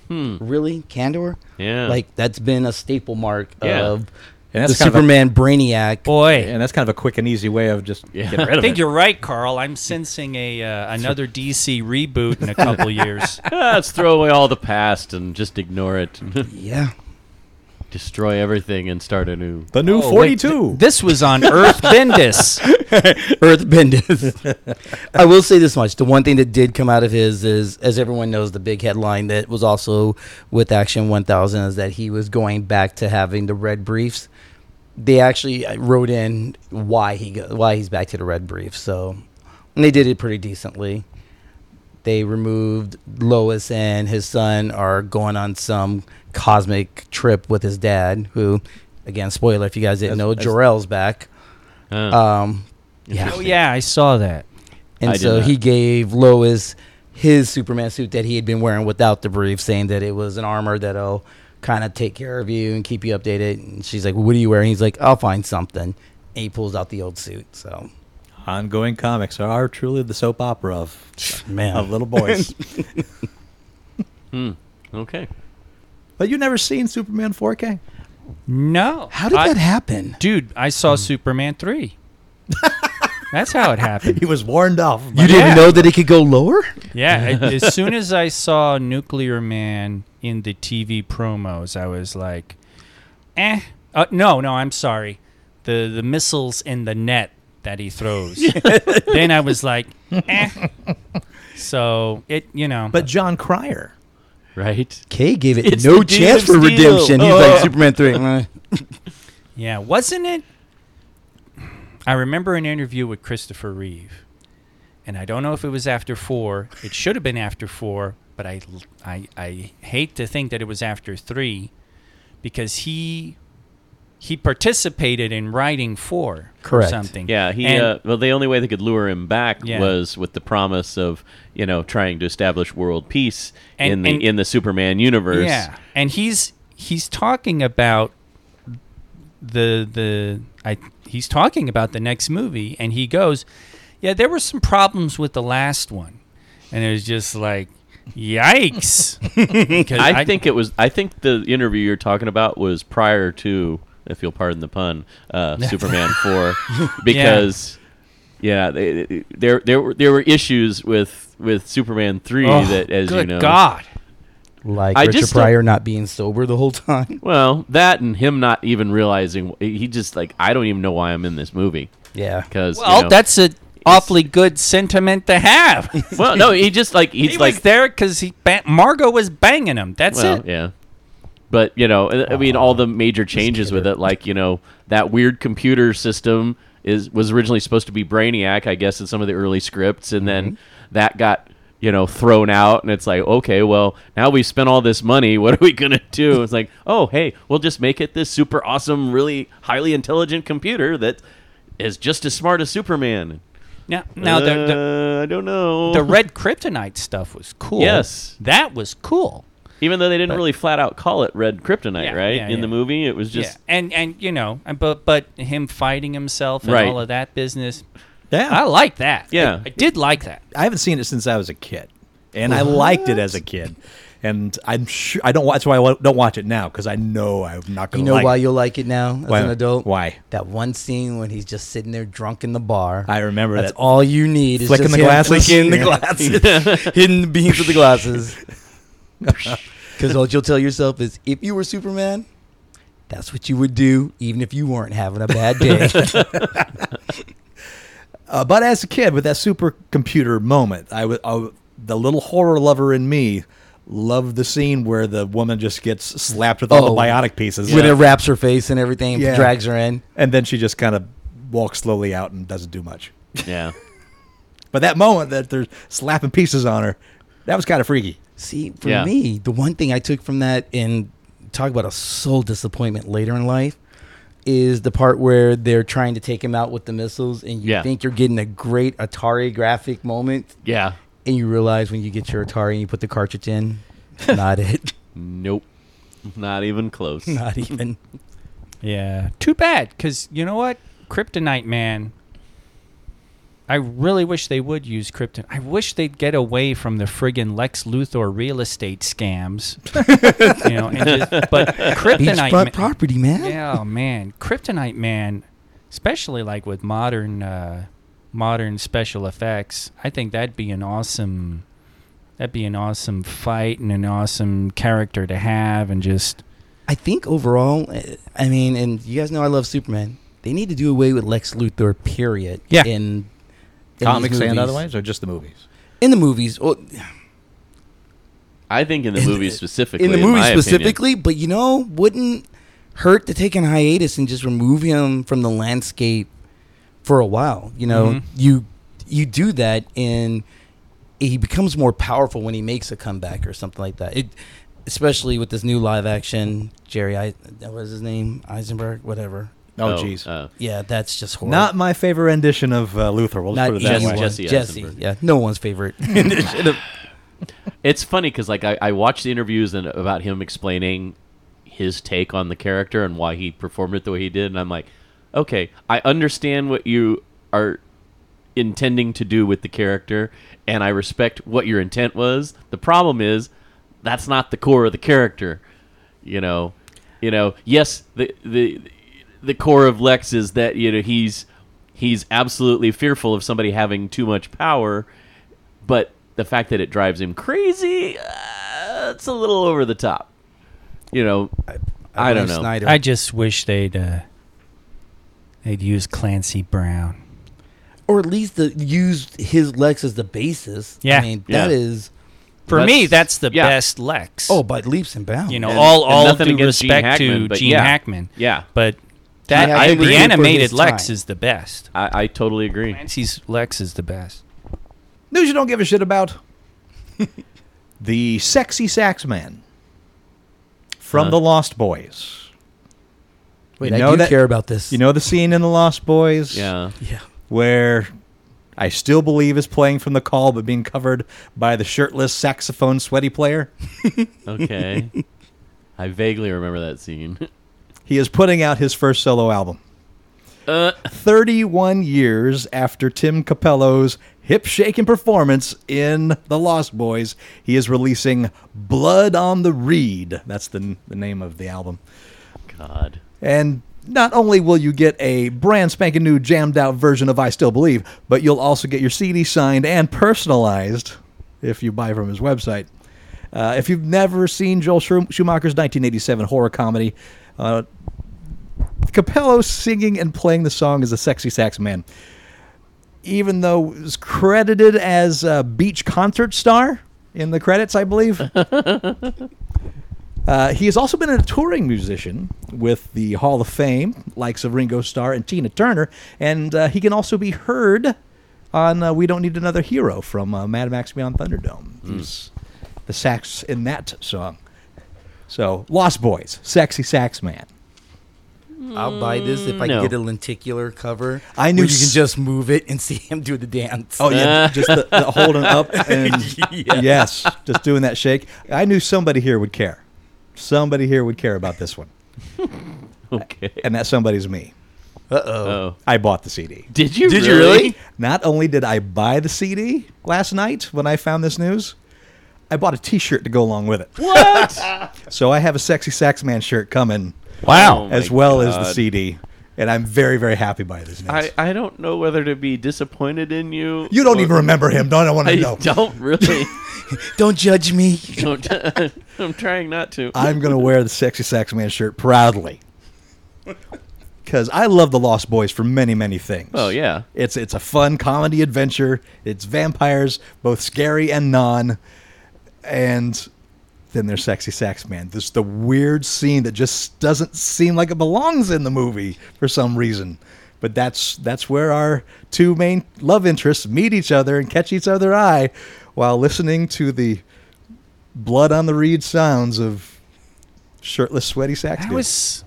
Hmm.
really Candor?
Yeah.
Like that's been a staple mark
Yeah.
of
And
the
that's kind of a-
Superman Brainiac.
Boy,
and that's kind of a quick and easy way of just
Yeah.
getting rid
I
of
think
it.
you're right, Carl. I'm sensing a uh, another DC reboot in a couple years.
Ah, let's throw away all the past and just ignore it.
yeah.
Destroy everything and start anew.
The new
Oh, wait,
42.
th- this was on Earth Bendis.
Earthbenders. I will say this much. The one thing that did come out of his is, as everyone knows, the big headline that was also with Action 1000 is that he was going back to having the red briefs. They actually uh, wrote in why he go, why he's back to the red brief. So, and they did it pretty decently. They removed Lois and his son are going on some cosmic trip with his dad, who, again, spoiler if you guys didn't
That's-
know,
that's-
Jor-El's back.
Uh,
Um, yeah.
Oh yeah, I saw that.
And
I did
so
not.
he gave Lois his Superman suit that he had been wearing without the brief, saying that it was an armor that'll kind of take care of you and keep you updated. And she's like, What are you wearing? He's like, I'll find something. And he pulls out the old suit. So,
Ongoing comics are truly the soap opera of, of
man.
little boys.
hmm. Okay.
but you've never seen Superman 4K?
No,
How did
I-
that happen?
Dude, I saw Superman 3. That's how it happened.
He was warned off. by-
You didn't
Yeah.
know that it could go lower?
Yeah, I- as soon as I saw Nuclear Man in the TV promos, I was like, eh. Uh, no, no, I'm sorry. The, the missiles in the net that he throws. then I was like, eh. So it, you know.
but John Cryer.
Right.
Kay gave it
It's
no
the deal
chance
of
for
steel.
redemption. He's
Oh.
like, Superman 3. eh."
Yeah, wasn't it? I remember an interview with Christopher Reeve, and I don't know if it was after four. It should have been after four, but I, I, I hate to think that it was after three, because he he participated in writing four
Correct.
or something.
Yeah, he.
And-
uh, well, the only way they could lure him back
Yeah.
was with the promise of you know trying to establish world peace
And-
in the
and-
in the Superman universe.
Yeah, and he's he's talking about the the I he's talking about the next movie, and he goes, "Yeah, there were some problems with the last one," and it was just like, "Yikes!" 'Cause
I, think it was. I think the interview you're talking about was prior to, if you'll pardon the pun, uh, Superman four, because yeah, they, they- there there were there were issues with with Superman three
Oh,
that, as
good
you know,
God,
Like
I
Richard
just don't-
Pryor not being sober the whole time.
well, that and him not even realizing he just like I don't even know why I'm in this movie
Yeah.
because
well, that's a awfully good sentiment to have.
well, no, he just like he's
he
like
was there because he ba- Margot was banging him. That's
well,
it.
yeah. But you know, I- I mean, all the major changes with it, like you know, that weird computer system is was originally supposed to be Brainiac, I guess, in some of the early scripts, and then
Mm-hmm.
that got you know thrown out, and it's like, okay, well, now we spent all this money, what are we gonna do? It's like, oh, hey, we'll just make it this super awesome, really highly intelligent computer that is just as smart as Superman.
Now, now the, the
Uh, I don't know.
the red kryptonite stuff was cool.
Yes.
that was cool.
Even though they didn't
But-
really flat out call it red kryptonite,
Yeah,
right?
yeah,
In the
yeah.
movie, it was just
yeah, and and you know, and, but but him fighting himself and
Right.
all of that business,
Yeah.
I like that.
Yeah.
I, I did like that.
I haven't seen it since I was a kid, and I liked it as a kid. And I'm sure I don't. wa- That's why I wa- don't watch it now because I know I'm not going
You
to.
know
like
why
it.
you'll like it now as
Why-
an adult?
why?
That one scene when he's just sitting there drunk in the bar.
I remember
That's
that.
all you need is
Flicking
just
the
him
glasses?
flicking the
Yeah.
glasses, hitting the beams with the glasses. Because all you'll tell yourself is, if you were Superman, that's what you would do, even if you weren't having a bad day.
Uh, but as a kid, with that supercomputer moment, I was I, the little horror lover in me. Loved the scene where the woman just gets slapped with all
Oh.
the bionic pieces,
When it wraps her face and everything,
Yeah.
drags her in.
and then she just kind of walks slowly out and doesn't do much.
yeah.
But that moment that they're slapping pieces on her, that was kind of freaky.
See, for
Yeah.
me, the one thing I took from that and talk about a soul disappointment later in life is the part where they're trying to take him out with the missiles and you
Yeah.
think you're getting a great Atari graphic moment
yeah.
and you realize when you get your Atari and you put the cartridge in, not it,
Nope. Not even close.
not even.
Yeah. Too bad, because you know what, Kryptonite Man. I really wish they would use Krypton. I wish they'd get away from the friggin' Lex Luthor real estate scams. you know, and just, but Kryptonite
Beachfront
Man.
property, man.
Yeah, oh, man, Kryptonite Man, especially like with modern uh, modern special effects. I think that'd be an awesome that'd be an awesome fight and an awesome character to have and just
I think overall, uh, I mean, and you guys know I love Superman. They need to do away with Lex Luthor. Period.
Yeah.
In, in these
Comics and
movies.
otherwise, or just the movies?
in the movies. Well,
I think in the
In
movie
the-
specifically.
in the movie
my opinion.
specifically, but you know, wouldn't hurt to take a hiatus and just remove him from the landscape for a while. You know,
Mm-hmm.
Mhm.
you you do that and he becomes more powerful when he makes a comeback or something like that. It especially with this new live action Jerry I that was his name, Eisenberg, whatever.
Oh, jeez.
uh,
Yeah, that's just horrible.
Not my favorite rendition of uh, Luther. We'll just
Not
put it that
anyone.
way.
Jesse
Jesse,
Eisenberg.
yeah, no one's favorite.
it's funny because like I, I watched the interviews and about him explaining his take on the character and why he performed it the way he did, and I'm like, okay, I understand what you are intending to do with the character, and I respect what your intent was. The problem is that's not the core of the character, you know. You know, yes, the the the core of Lex is that you know he's he's absolutely fearful of somebody having too much power but the fact that it drives him crazy, uh, it's a little over the top. You know, I, don't know.
Snyder.
I just wish they'd uh, they'd use Clancy Brown.
or at least the, use his Lex as the basis.
Yeah.
I mean, that
Yeah.
is
For me,
That's-
that's the
yeah.
best Lex.
oh, by leaps and bounds.
you know,
And-
all
and
all
nothing
due
against Gene
respect
Hackman,
to
but
Gene
yeah.
Hackman.
Yeah,
But that
Hackman
I,
agree for
the
his
animated Lex
time.
is the best.
I, I totally agree.
Clancy's Lex is the best.
News you don't give a shit about. the sexy sax man from
Huh?
the Lost Boys.
Wait,
You
I
know
do
that-
care about this.
You know the scene in the Lost Boys,
Yeah,
yeah.
where I still believe is playing from the call, but being covered by the shirtless saxophone sweaty player.
okay. I vaguely remember that scene.
He is putting out his first solo album.
Uh,
31 years after Tim Capello's hip shaking performance in The Lost Boys, he is releasing Blood on the Reed. That's the, the name of the album.
God.
And not only will you get a brand spanking new jammed out version of I Still Believe, but you'll also get your CD signed and personalized if you buy from his website. Uh, if you've never seen Joel Schum- Schumacher's 1987 horror comedy, uh, Capello singing and playing the song is a sexy sax man. Even though it was credited as a beach concert star in the credits, I believe. Uh, he has also been a touring musician with the Hall of Fame, likes of Ringo Starr and Tina Turner, and uh, he can also be heard on uh, "We Don't Need Another Hero" from uh, Mad Max Beyond Thunderdome. He's the sax in that song. So, Lost Boys, sexy sax man.
I'll buy this if I
No.
get a lenticular cover.
I knew
where you
s-
can just move it and see him do the dance.
Oh yeah,
Uh.
just the, the holding up and yes, just doing that shake. I knew somebody here would care. Somebody here would care about this one,
Okay.
and that somebody's me.
Uh oh.
Oh.
I bought the CD.
Did you?
Did you really?
Not only did I buy the CD last night when I found this news, I bought a T-shirt to go along with it.
What?
So I have a sexy sax man shirt coming
wow.
as well as the CD, and I'm very very happy by this news.
I, I don't know whether to be disappointed in you.
you don't
or-
even remember him, don't I want
I
to know?
don't really.
Don't judge me.
don't, I'm trying not to.
I'm gonna wear the sexy sax man shirt proudly. Because I love the Lost Boys for many, many things.
Oh, yeah.
it's it's a fun comedy adventure. It's vampires, both scary and non, and then there's sexy sax man. This the weird scene that just doesn't seem like it belongs in the movie for some reason. But that's that's where our two main love interests meet each other and catch each other eye while listening to the blood on the reed sounds of shirtless, sweaty sax.
That
dude.
was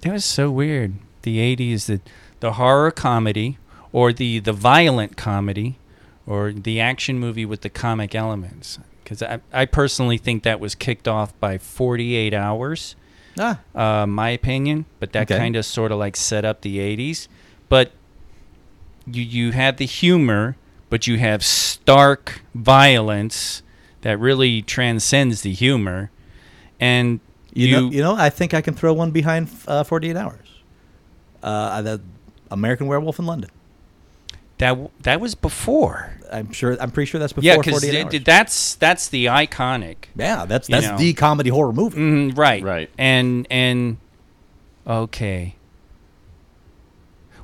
that was so weird. The '80s, the the horror comedy, or the the violent comedy, or the action movie with the comic elements. Because I, I personally think that was kicked off by 48 hours,
ah,
uh, my opinion. But that
Okay.
kind of sort of like set up the '80s. But you you had the humor, but you have stark violence that really transcends the humor, and.
You, know, you know, I think I can throw one behind uh, 48 Hours. Uh, the American Werewolf in London.
That w- that was before.
I'm sure. I'm pretty sure that's before
yeah,
48
because
Hours.
that's that's the iconic.
yeah, that's
you
that's
know.
the comedy horror movie.
Mm, right.
Right.
And and okay.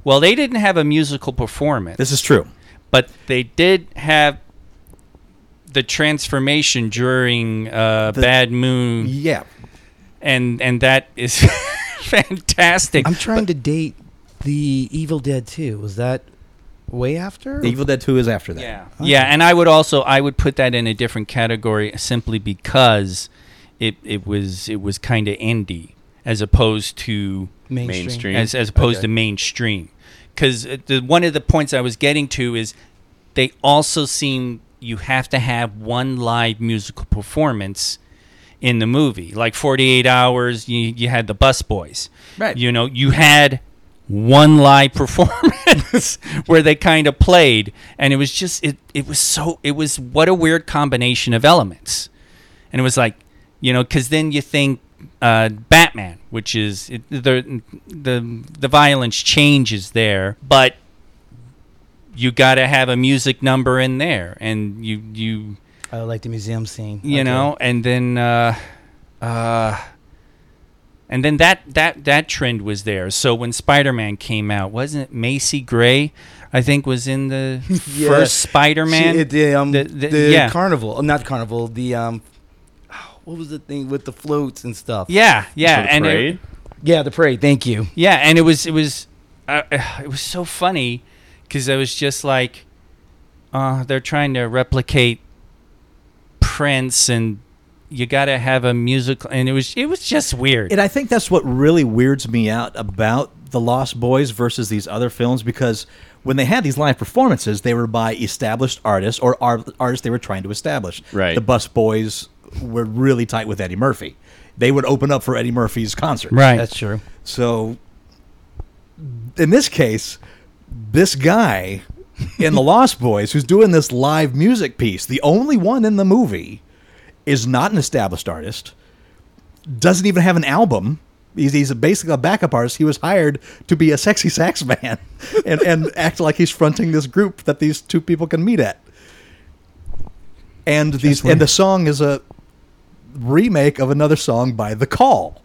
Well, they didn't have a musical performance,
This is true.
but they did have the transformation during uh,
The-
Bad Moon,
Yeah,
and and that is fantastic.
I'm trying to date the Evil Dead 2. Was that way after?
Evil Dead 2 is after that.
Yeah. Yeah, and I would also I would put that in a different category simply because it it was it was kind of indie as opposed to
mainstream.
Mainstream.
as as opposed
Okay.
to mainstream. Cuz the one of the points I was getting to is they also seem you have to have one live musical performance in the movie. Like 48 hours, you you had the bus boys.
Right.
You know, you had one live performance where they kind of played and it was just it it was so it was what a weird combination of elements. And it was like, you know, cuz then you think uh, Batman, which is it, the the the violence changes there, but you got to have a music number in there and you you
I like the museum scene.
you
Okay.
know and then uh uh and then that that that trend was there so when spider-man came out wasn't it macy gray i think was in the
Yeah.
first
She-
spider-man
it- the, um,
the-
the,
the- yeah.
carnival, uh, not carnival. The um, what was the thing with the floats and stuff?
yeah yeah
For the
and it-
parade?
yeah, the parade. Thank you.
yeah and it was it was uh, uh, it was so funny because i was just like uh they're trying to replicate prince and you gotta have a musical and it was it was just weird
And I think that's what really weirds me out about The Lost Boys versus these other films because when they had these live performances, they were by established artists or ar- artists they were trying to establish.
Right.
The Bus Boys were really tight with Eddie Murphy. They would open up for Eddie Murphy's concert.
right
That's true.
So, in this case, this guy in The Lost Boys who's doing this live music piece, the only one in the movie, is not an established artist, doesn't even have an album. He's, he's basically a backup artist. He was hired to be a sexy sax man and, and act like he's fronting this group that these two people can meet at. And these and the song is a remake of another song by The Call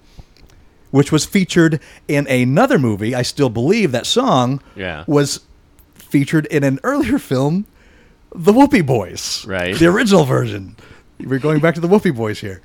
which was featured in another movie. I still believe that song
Yeah.
was featured in an earlier film, The Whoopi Boys.
Right.
The original version. We're going back to the Whoopi Boys here.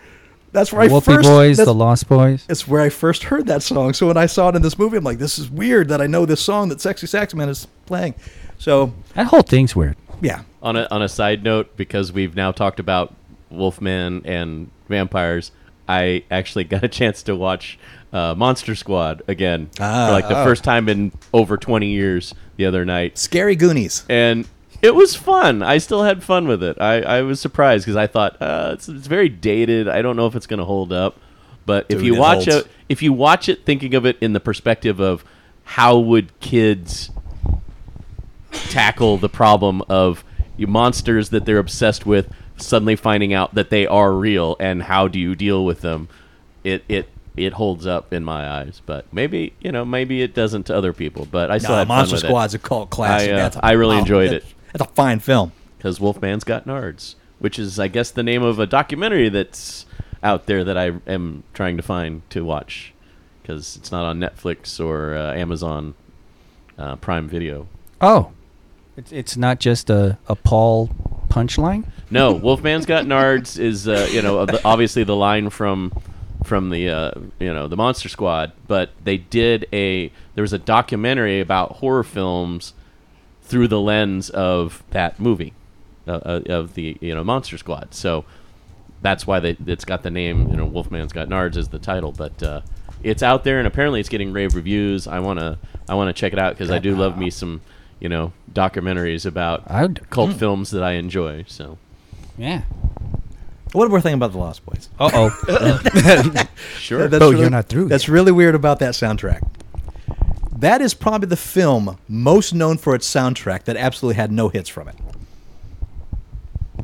That's where I
Whoopi
first
Boys,
that's,
the Lost Boys.
that's where I first heard that song. So when I saw it in this movie, I'm like, this is weird that I know this song that Sexy Sax Man is playing. So
That whole thing's weird.
yeah.
On a on a side note, because we've now talked about Wolfman and vampires, I actually got a chance to watch uh, Monster Squad again
Ah.
for like the first time in over 20 years the other night,
Scary Goonies.
and it was fun. I still had fun with it. I, I was surprised because I thought uh, it's, it's very dated. I don't know if it's going to hold up, but if
Dude,
you
it
watch
holds.
it, if you watch it, thinking of it in the perspective of how would kids tackle the problem of you monsters that they're obsessed with suddenly finding out that they are real and how do you deal with them it it it holds up in my eyes but maybe you know maybe it doesn't to other people but i still
Nah,
had fun
Monster
with it.
Squad's a cult classic.
I, uh,
That's a-
I really
wow,
enjoyed
that-
it.
That's a fine film.
because Wolfman's Got Nards, which is, I guess, the name of a documentary that's out there that I am trying to find to watch because it's not on Netflix or uh, Amazon uh, Prime Video.
Oh, it's it's not just a a Paul punchline.
No, Wolfman's Got Nards is, uh, you know, the, obviously the line from from the uh, you know the Monster Squad, but they did a there was a documentary about horror films through the lens of that movie uh, uh, of the you know Monster Squad. So that's why they it's got the name you know Wolfman's Got Nards is the title, but uh, it's out there and apparently it's getting rave reviews. I wanna I wanna check it out because I do love me some you know documentaries about
I'd-
cult films that I enjoy. So
Yeah.
What we're thinking about the Lost Boys?
Uh oh.
sure.
That's
Oh, you're not through
That's really weird about that soundtrack. That is probably the film most known for its soundtrack that absolutely had no hits from it.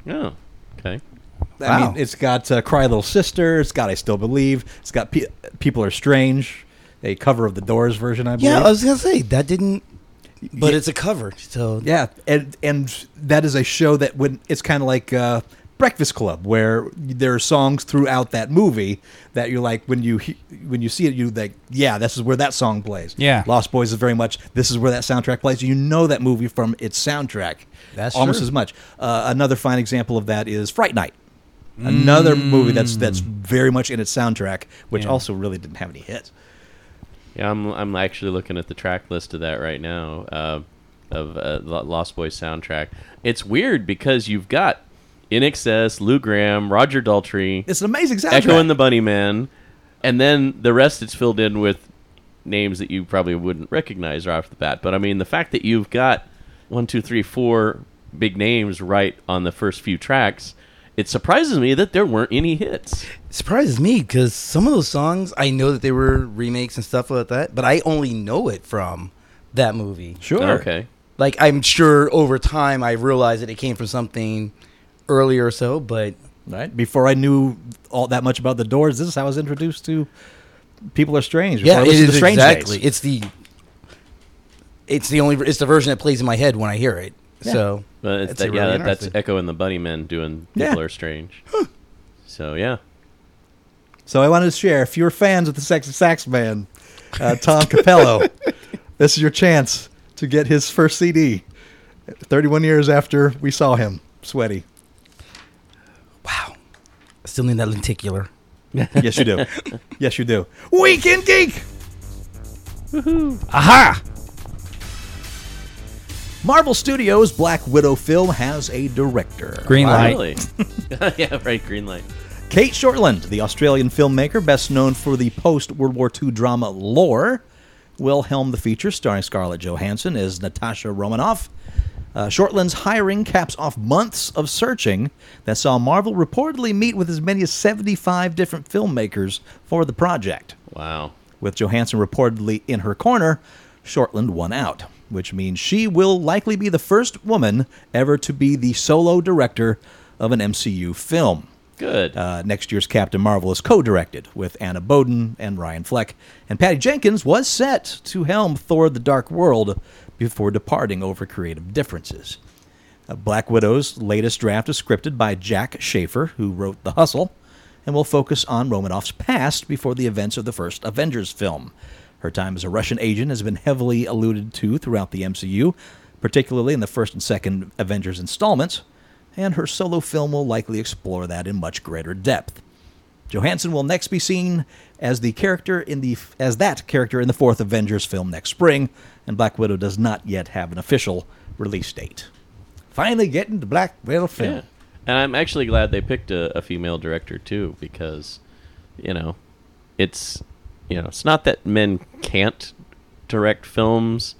Oh, okay.
I
Wow.
mean, it's got uh, "Cry Little Sister." It's got "I Still Believe." It's got Pe- "People Are Strange," a cover of the Doors version, I believe.
Yeah, I was gonna say that didn't, but
Yeah.
it's a cover. So
Yeah, and and that is a show that when it's kind of like uh, Breakfast Club, where there are songs throughout that movie that you're like when you he- when you see it, you like, yeah, this is where that song plays.
Yeah.
Lost Boys is very much this is where that soundtrack plays. You know that movie from its soundtrack.
That's
almost
true.
as much. Uh, another fine example of that is Fright Night. Another movie that's that's very much in its soundtrack, which
Mm. Yeah.
also really didn't have any hits.
Yeah, I'm I'm actually looking at the track list of that right now uh, of uh, Lo- Lost Boys soundtrack. It's weird because you've got In Excess, Lou Graham, Roger Daltrey,
It's an amazing soundtrack.
Echo and the Bunnyman, and then the rest it's filled in with names that you probably wouldn't recognize right off the bat. But I mean, the fact that you've got one, two, three, four big names right on the first few tracks, it surprises me that there weren't any hits.
surprises me because some of those songs I know that they were remakes and stuff like that, but I only know it from that movie.
sure.
Okay.
Like I'm sure over time I realized that it came from something earlier or so, but
right? Before I knew all that much about the Doors, this is how I was introduced to People Are Strange. Before I
yeah, it
listened to
is
Strange
exactly.
Days.
It's the it's the only it's the version that plays in my head when I hear it. So
Well, it's
That's
that,
really
yeah, that, that's
interesting.
Echo and the Bunnymen doing
Yeah.
People Are Strange. So yeah,
So I wanted to share. If you're fans of the Sex and Sax Man, uh, Tom Capello, this is your chance to get his first CD. 31 years after we saw him, sweaty.
I still need that lenticular.
Yes, you do. yes, you do. Weekend Geek.
Aha!
Marvel Studios' Black Widow film has a director.
Green
Wow,
light.
really? yeah, right. Green light.
Kate Shortland, the Australian filmmaker best known for the post World War II drama Lore, will helm the feature starring Scarlett Johansson as Natasha Romanoff. Uh, Shortland's hiring caps off months of searching that saw Marvel reportedly meet with as many as 75 different filmmakers for the project.
Wow.
With Johansson reportedly in her corner, Shortland won out, which means she will likely be the first woman ever to be the solo director of an MCU film.
Good.
Uh, next year's Captain Marvel is co directed with Anna Boden and Ryan Fleck. And Patty Jenkins was set to helm Thor the Dark World before departing over creative differences. Uh, Black Widow's latest draft is scripted by Jack Schaefer, who wrote The Hustle, and will focus on Romanoff's past before the events of the first Avengers film. Her time as a Russian agent has been heavily alluded to throughout the MCU, particularly in the first and second Avengers installments, and her solo film will likely explore that in much greater depth. Johansson will next be seen as the character in the as that character in the fourth Avengers film next spring, and Black Widow does not yet have an official release date. Finally, getting the Black Widow film.
yeah. And I'm actually glad they picked a, a female director too, because you know, it's you know, it's not that men can't direct films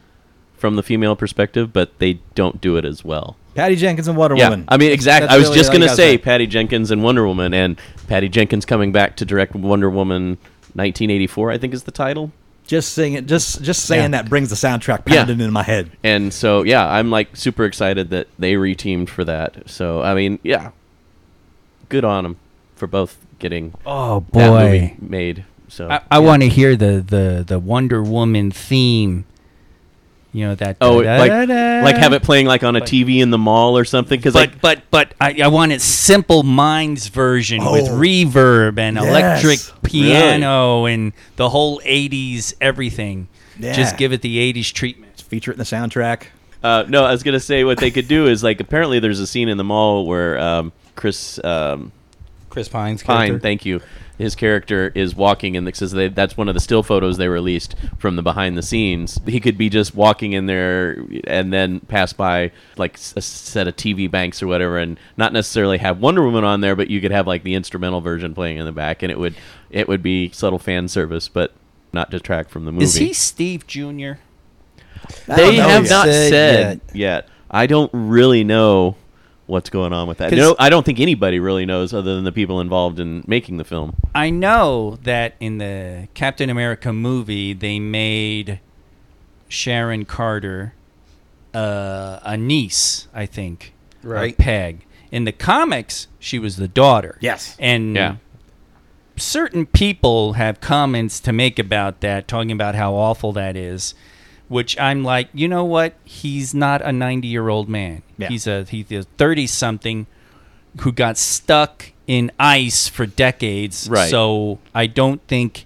from the female perspective, but they don't do it as well.
Patty Jenkins and Wonder
yeah,
Woman.
I mean, exactly.
That's
I was
really
just
all you
gonna
gotta
say
say.
Patty Jenkins and Wonder Woman, and Patty Jenkins coming back to direct Wonder Woman. 1984, I think, is the title.
just saying it. Just just saying
Yeah.
that brings the soundtrack
Yeah.
pounding in my head.
And so, yeah, I'm like super excited that they reteamed for that. So, I mean, yeah, good on them for both getting
Oh boy.
that movie made. So,
I, I want to hear the, the, the Wonder Woman theme. You know that.
oh, like
da-da-da-da.
like have it playing like on a
But-
TV in the mall or something because
But
like
but but I, I want its simple minds version with
Oh.
reverb and
Yes.
electric piano and the whole '80s everything.
Yeah.
Just give it the '80s treatment.
Feature it in the soundtrack.
uh, no, I was gonna say what they could do is like apparently there's a scene in the mall where um, Chris um,
Chris Pine's character.
Pine, thank you, his character is walking in because that's one of the still photos they released from the behind the scenes. He could be just walking in there and then pass by like s- a set of TV banks or whatever, and not necessarily have Wonder Woman on there, but you could have like the instrumental version playing in the back, and it would it would be subtle fan service, but not detract from the movie.
Is he Steve Jr.?
They
know
have
yet.
not
Said
said yet. I don't really know what's going on with that.
'Cause-
No, I don't think anybody really knows other than the people involved in making the film.
I know that in the Captain America movie, they made Sharon Carter uh, a niece, I think, of
Right.
Peg. In the comics, she was the daughter.
Yes.
and
Yeah.
certain people have comments to make about that, talking about how awful that is. Which I'm like, you know what? He's not a 90 year old man.
Yeah.
He's a he's a 30 something who got stuck in ice for decades.
Right.
So I don't think.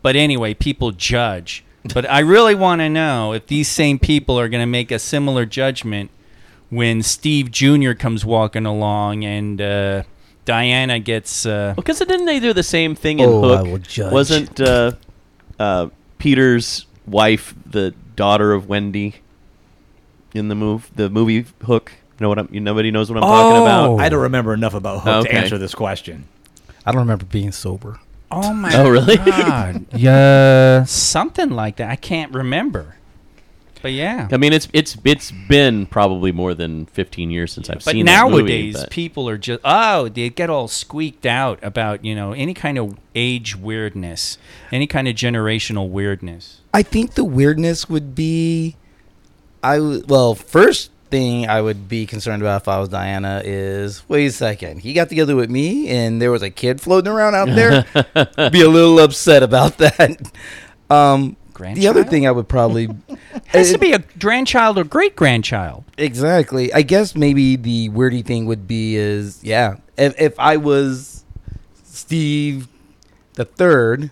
But anyway, people judge. But I really want to know if these same people are going to make a similar judgment when Steve Jr. comes walking along and uh, Diana gets. Uh,
Because didn't they do the same thing in
Oh, I
Hook?
will judge.
Wasn't uh, uh, Peter's wife the daughter of Wendy in the move the movie Hook? You know what I'm? You, nobody knows what I'm talking about.
I don't remember enough about Hook to
Okay.
answer this question.
I don't remember being sober.
oh my
Oh, really?
God. yeah, something like that. I can't remember. But yeah.
I mean, it's it's it's been probably more than 15 years since I've
But
seen
nowadays,
that movie, but-
people are just oh, they get all squeaked out about you know any kind of age weirdness, any kind of generational weirdness.
I think the weirdness would be, I w- well, first thing I would be concerned about if I was Diana is, wait a second, he got together with me and there was a kid floating around out there. be a little upset about that. Um, the other
Grandchild?
thing I would probably
Has
It-
to be a grandchild or great grandchild.
Exactly. I guess maybe the weirdy thing would be is yeah, if if I was Steve the third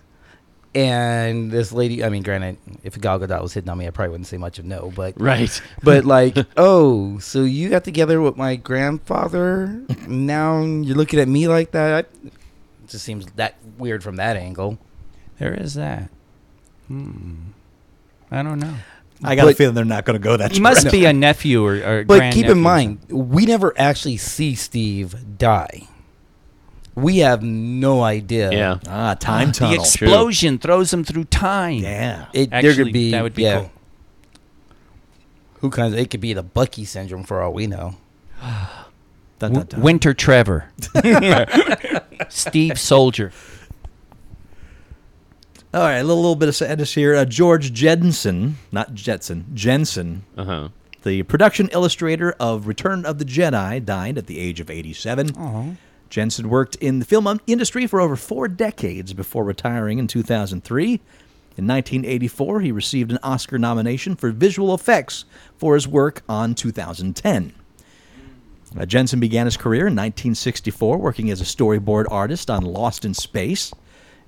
and this lady, I mean, granted, if Gal Gadot was hitting on me, I probably wouldn't say much of no, but
right?
but like, oh, so you got together with my grandfather? Now you're looking at me like that? It just seems that weird from that angle.
There is that. Hmm. I don't know.
I got a
But-
feeling they're not going to go that.
He must
direction.
be a nephew or, or
But keep
grandnephew.
in mind, we never actually see Steve die. We have no idea.
Yeah.
ah time
the
tunnel.
explosion throws him through time.
yeah.
It, there
Actually,
could be
that would be
yeah,
cool.
Who kinds? It could be the Bucky syndrome for all we know.
Dun, dun,
W-
dun.
Winter Trevor, Steve Soldier.
All right, a little, little bit of sadness here. Uh, George Jensen, not Jetson, Jensen,
Uh huh.
the production illustrator of Return of the Jedi, died at the age of 87. Jensen worked in the film industry for over four decades before retiring in 2003. In 1984, he received an Oscar nomination for visual effects for his work on 2010. Uh, Jensen began his career in 1964 working as a storyboard artist on Lost in Space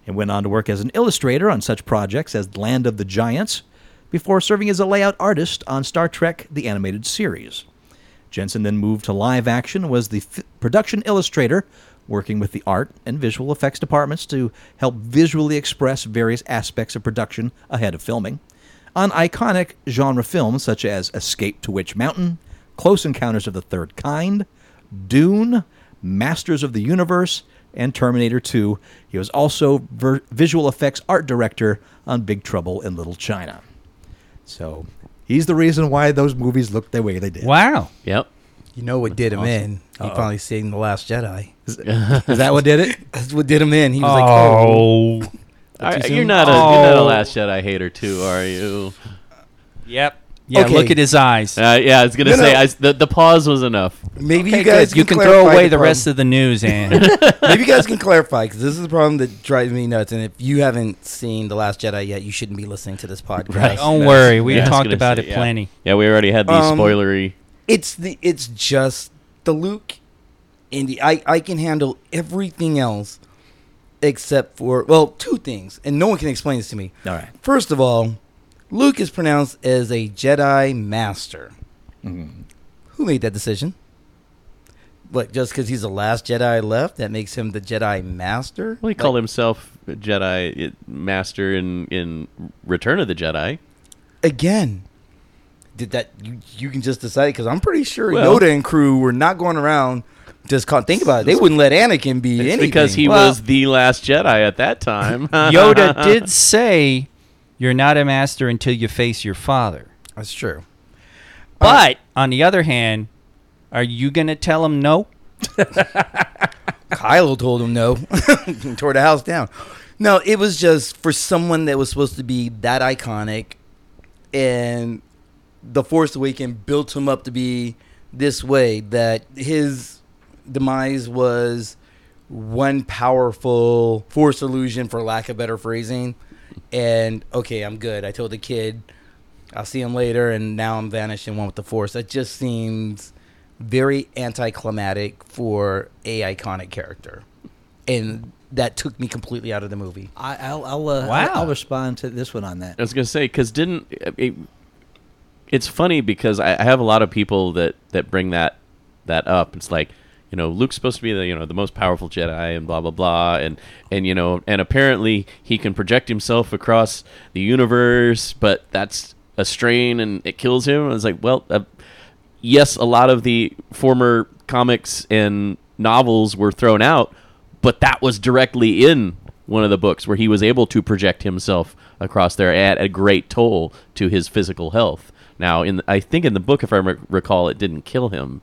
and went on to work as an illustrator on such projects as Land of the Giants before serving as a layout artist on Star Trek The Animated Series. Jensen then moved to live action and was the f- production illustrator working with the art and visual effects departments to help visually express various aspects of production ahead of filming on iconic genre films such as Escape to Witch Mountain, Close Encounters of the Third Kind, Dune, Masters of the Universe, and Terminator 2. He was also ver- visual effects art director on Big Trouble in Little China. So he's the reason why those movies looked the way they did.
Wow.
Yep.
You know what did him in? He probably seen the Last Jedi.
Is, is that what did it?
That's what did him in. He was like, oh,
Oh.
All right,
soon?
you're not a you're not a
Oh.
Last Jedi hater too, are you?
Yep. Yeah.
Okay.
Look at his eyes.
Uh, yeah, I was gonna
No,
say
no.
I s the the pause was enough.
maybe
Okay,
you guys
good. You can throw away the, rest of the news, and
Maybe you guys can clarify because this is the problem that drives me nuts. And if you haven't seen the Last Jedi yet, you shouldn't be listening to this podcast.
Right.
don't worry, we
Yeah, I was
talked
gonna
about
say,
it
yeah.
plenty.
Yeah, we already had the
Um,
spoilery.
It's the it's just the Luke and the I I can handle everything else except for well two things, and no one can explain this to me.
All right.
First of all, Luke is pronounced as a Jedi Master. Who made that decision? Like, just because he's the last Jedi left, that makes him the Jedi Master?
Well, he called himself a Jedi uh, Master in in Return of the Jedi.
Again, did that, you, you can just decide, because I'm pretty sure
Well-
Yoda and crew were not going around just caught. Think about it. They wouldn't let Anakin be
It's
anything.
because he
Well-
was the last Jedi at that time.
Yoda did say, "You're not a master until you face your father."
That's true.
But on the other hand, are you gonna tell him no?
Kylo told him no, and tore the house down. No, it was just for someone that was supposed to be that iconic, and the Force Awakens built him up to be this way. That his demise was one powerful Force illusion, for lack of better phrasing. And okay, I'm good. I told the kid, I'll see him later, and now I'm vanishing one with the Force. That just seems very anticlimactic for a iconic character, and that took me completely out of the movie.
I, I'll I'll, uh,
Wow.
I'll I'll respond to this one on that.
I was gonna say because didn't uh, it, it's funny because I, I have a lot of people that that bring that that up. It's like you know Luke's supposed to be the you know the most powerful Jedi and blah blah blah and and you know and apparently he can project himself across the universe, but that's a strain and it kills him. I was like, well. Uh, yes, a lot of the former comics and novels were thrown out, but that was directly in one of the books where he was able to project himself across there at a great toll to his physical health. Now, in the, I think in the book, if I re- recall, it didn't kill him,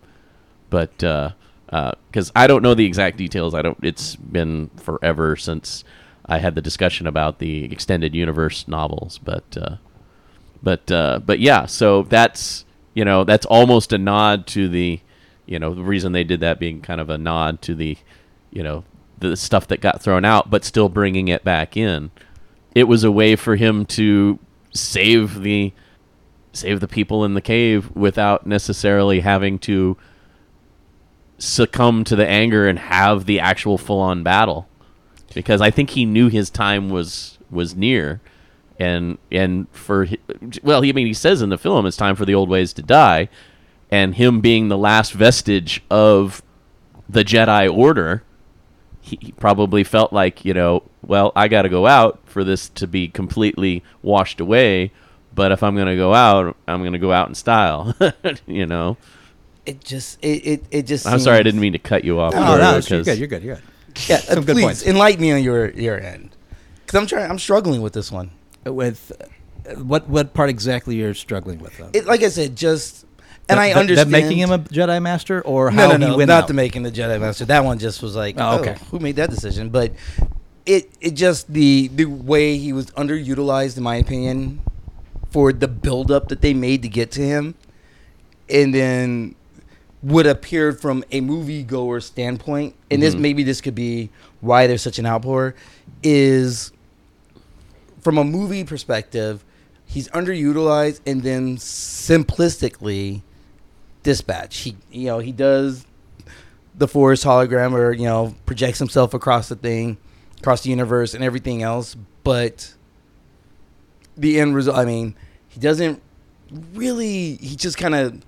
but because uh 'cause I don't know the exact details, I don't. It's been forever since I had the discussion about the extended universe novels, but. Uh, but uh, but yeah, so that's you know that's almost a nod to the you know the reason they did that being kind of a nod to the you know the stuff that got thrown out, but still bringing it back in. It was a way for him to save the save the people in the cave without necessarily having to succumb to the anger and have the actual full on battle because I think he knew his time was was near, and and for hi- well, he I mean he says in the film it's time for the old ways to die, and him being the last vestige of the Jedi Order, he, he probably felt like you know well I got to go out for this to be completely washed away, but if I'm gonna go out, I'm gonna go out in style, you know.
It just, it, it, it just.
I'm sorry I
seems-
didn't mean to cut you off.
Oh,
Rory,
no, you're
because-
good. You're good. You're good.
Yeah,
Some
uh,
good
please
points.
enlighten me on your your end, because I'm trying. I'm struggling with this one.
With uh, what what part exactly you're struggling with? Though?
It, like I said, just and
That-
I
that-
understand
that making him a Jedi Master or
no,
how
no, no,
he went
not
out?
the making the Jedi Master. That one just was like,
Oh,
oh,
okay.
who made that decision? But it it just the the way he was underutilized, in my opinion, for the buildup that they made to get to him, and then would appear from a moviegoer standpoint, and
Mm-hmm.
this maybe this could be why there's such an outpour, is from a movie perspective, he's underutilized, and then simplistically dispatch. He you know he does the force hologram or you know projects himself across the thing, across the universe and everything else, but the end result. I mean, he doesn't really. He just kind of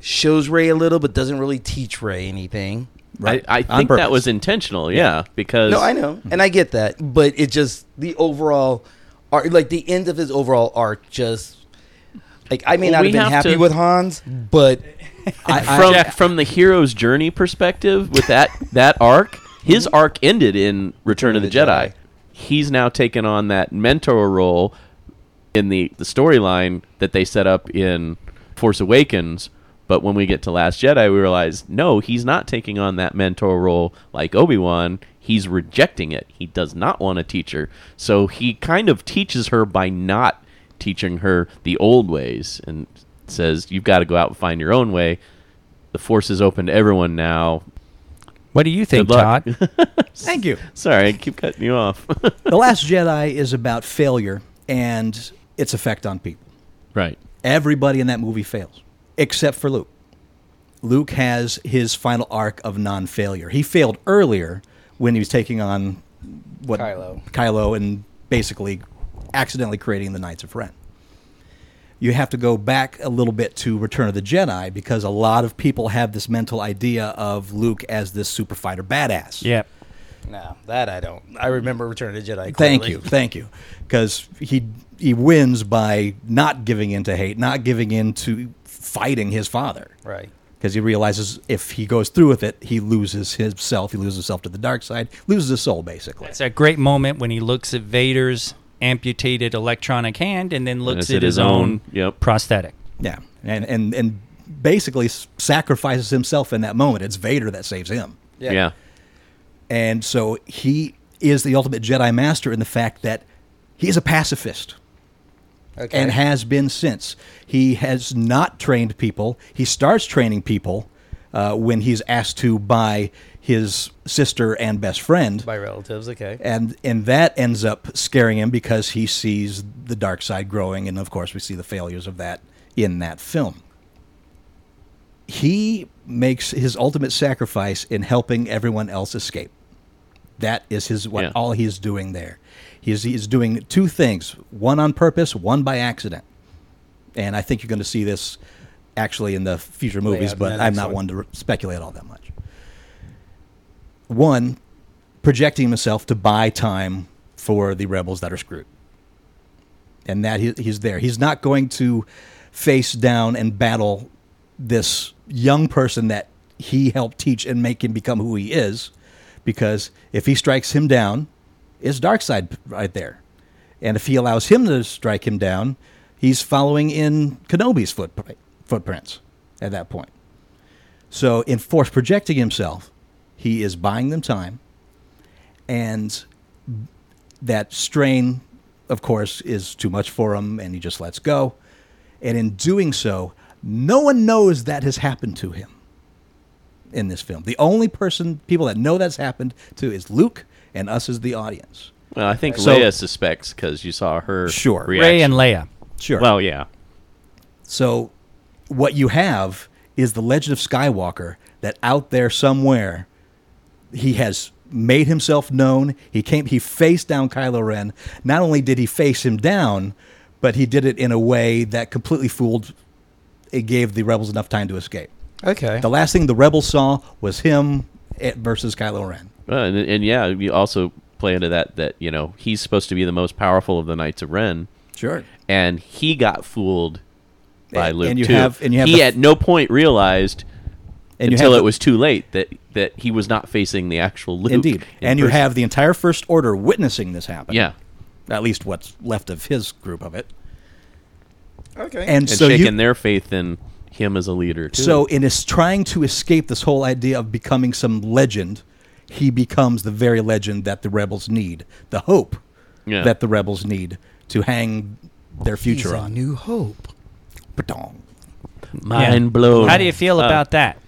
shows Ray a little, but doesn't really teach Ray anything.
Right.
I, I
On
think
purpose.
that was intentional, yeah, because
No, I know, and I get that, but it just the overall arc, like the end of his overall arc, just like I may
Well,
not have
we
been
have
happy
to-
with Hans, but
I, I-
from from the hero's journey perspective with that that arc His
Mm-hmm.
arc ended in Return of the,
Return of the
Jedi.
Jedi.
He's now taken on that mentor role in the, the storyline that they set up in Force Awakens. But when we get to Last Jedi, we realize no, he's not taking on that mentor role like Obi Wan. He's rejecting it. He does not want a teacher. So he kind of teaches her by not teaching her the old ways and says, You've got to go out and find your own way. The Force is open to everyone now.
What do you think,
Good luck.
Todd?
Thank you.
Sorry, I keep cutting you off.
the Last Jedi is about failure and its effect on people.
right.
Everybody in that movie fails, except for Luke. Luke has his final arc of non failure. He failed earlier when he was taking on what
Kylo.
Kylo and basically accidentally creating the Knights of Ren. You have to go back a little bit to Return of the Jedi because a lot of people have this mental idea of Luke as this super fighter badass.
yeah.
No, that I don't. I remember Return of the Jedi.
Thank
clearly.
you, thank you, because he he wins by not giving in to hate, not giving in to fighting his father,
Right.
because he realizes if he goes through with it, he loses himself, he loses himself to the dark side, loses his soul, basically.
It's that great moment when he looks at Vader's amputated electronic hand and then looks
it's
at his own
yep.
prosthetic.
Yeah, and and and basically s- sacrifices himself in that moment. It's Vader that saves him,
Yeah.
and so he is the ultimate Jedi Master in the fact that he's a pacifist.
Okay.
and has been since. He has not trained people. He starts training people uh, when he's asked to by his sister and best friend,
by relatives. Okay.
and and that ends up scaring him because he sees the dark side growing, and of course we see the failures of that in that film. He makes his ultimate sacrifice in helping everyone else escape. That is his what
Yeah.
all he is doing there. He is, he is doing two things: one on purpose, one by accident. And I think you're going to see this actually in the future movies,
out in
but
that
I'm
next
not
one.
one to re- speculate all that much. One, projecting himself to buy time for the rebels that are screwed. And that he, he's there. He's not going to face down and battle this young person that he helped teach and make him become who he is, because if he strikes him down, it's dark side right there. And if he allows him to strike him down, he's following in Kenobi's footprint, footprints at that point. So, in force projecting himself, he is buying them time. And that strain, of course, is too much for him, and he just lets go. And in doing so, no one knows that has happened to him in this film. The only person, people that know that's happened to, is Luke and us as the audience.
Well, I think
So-
Leia suspects because you saw her
Sure. Rey
reaction.
Ray and Leia.
Sure.
well, yeah.
So, what you have is the legend of Skywalker that out there somewhere, he has made himself known. He came, he faced down Kylo Ren. Not only did he face him down, but he did it in a way that completely fooled, it gave the rebels enough time to escape.
Okay.
The last thing the rebels saw was him eh, versus Kylo Ren.
Well, and, and yeah, you also play into that that you know he's supposed to be the most powerful of the Knights of Ren,
Sure.
and he got fooled by
And-
Luke
and you
too.
have- and you have
he
the-
at no point realized
And you
until
have
it
the-
was too late that that he was not facing the actual Luke.
Indeed.
in
and you
person.
have the entire First Order witnessing this happen.
yeah,
At least what's left of his group of it.
okay.
And,
and
so
shaking
you,
their faith in him as a leader. Too.
So, in his trying to escape this whole idea of becoming some legend, he becomes the very legend that the rebels need, the hope
Yeah.
that the rebels need to hang their future
He's a
on.
New Hope.
Patong.
mind
Yeah.
blown.
How do you feel
Uh,
about that?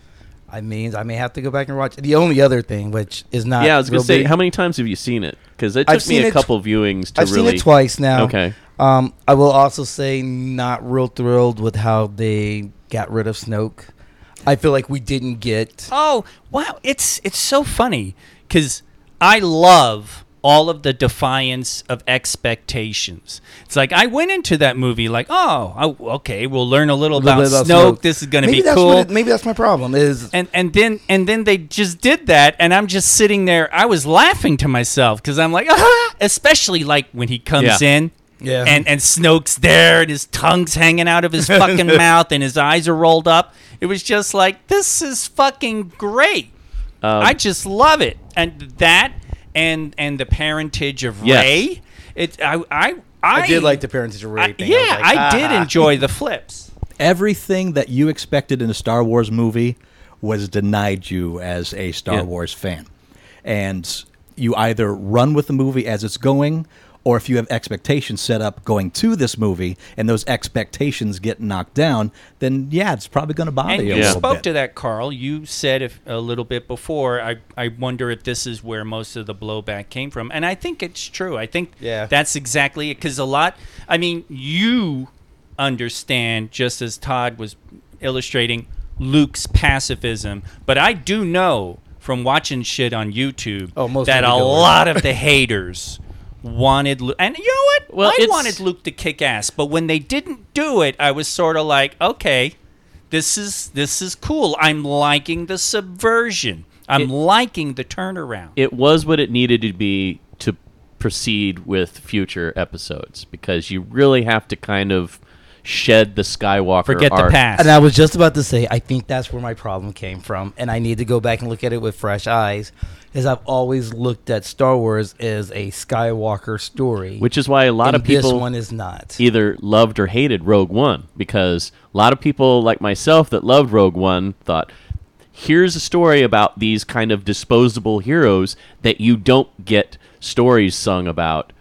I mean, I may have to go back and watch. The only other thing, which is not.
Yeah, I was gonna
real
say,
big-
how many times have you seen it? Because it took
I've
me
seen
a
it tw-
couple viewings to
I've
really.
seen it twice now.
Okay.
Um, I will also say, not real thrilled with how they got rid of Snoke. I feel like we didn't get.
Oh wow, it's it's so funny because I love all of the defiance of expectations. It's like I went into that movie like, oh, I- okay, we'll learn a little, about,
bit about
Snoke. This is going to
Maybe
be
that's
cool.
what it- maybe that's my problem. Is
and and then and then they just did that, and I'm just sitting there. I was laughing to myself because I'm like, ah! especially like when he comes
Yeah.
in.
Yeah.
And and Snoke's there and his tongue's hanging out of his fucking mouth and his eyes are
Um,
rolled up. It was just like this is fucking great. I just love it. and that and and the parentage of
Yes.
Ray. It I I I,
I, did like the parentage of Ray
I-
thing.
yeah,
was like,
I did
ah.
enjoy the flips.
Everything that you expected in a Star Wars movie was denied you as a Star
Yeah.
Wars fan. And you either run with the movie as it's going, or if you have expectations set up going to this movie and those expectations get knocked down, then yeah, it's probably going to bother
And
you
you
a little
spoke
bit.
to that, Carl. You said if, a little bit before. I, I wonder if this is where most of the blowback came from, and I think it's true. I think
Yeah.
that's exactly it. Because a lot, I mean, you understand just as Todd was illustrating Luke's pacifism, but I do know from watching shit on YouTube
Oh, most
that
of
a
it goes.
lot of the haters wanted Luke, and you know what?
Well,
I
it's-
wanted Luke to kick ass, but when they didn't do it, I was sort of like, okay, this is this is cool. I'm liking the subversion. I'm
It-
liking the turnaround.
it was what it needed to be to proceed with future episodes because you really have to kind of shed the Skywalker.
Forget the
arc.
past.
And I was just about to say, I think that's where my problem came from, and I need to go back and look at it with fresh eyes, is I've always looked at Star Wars as a Skywalker story,
which is why a lot
and
of people
This one is not.
either loved or hated Rogue One because a lot of people like myself that loved Rogue One thought here's a story about these kind of disposable heroes that you don't get stories sung about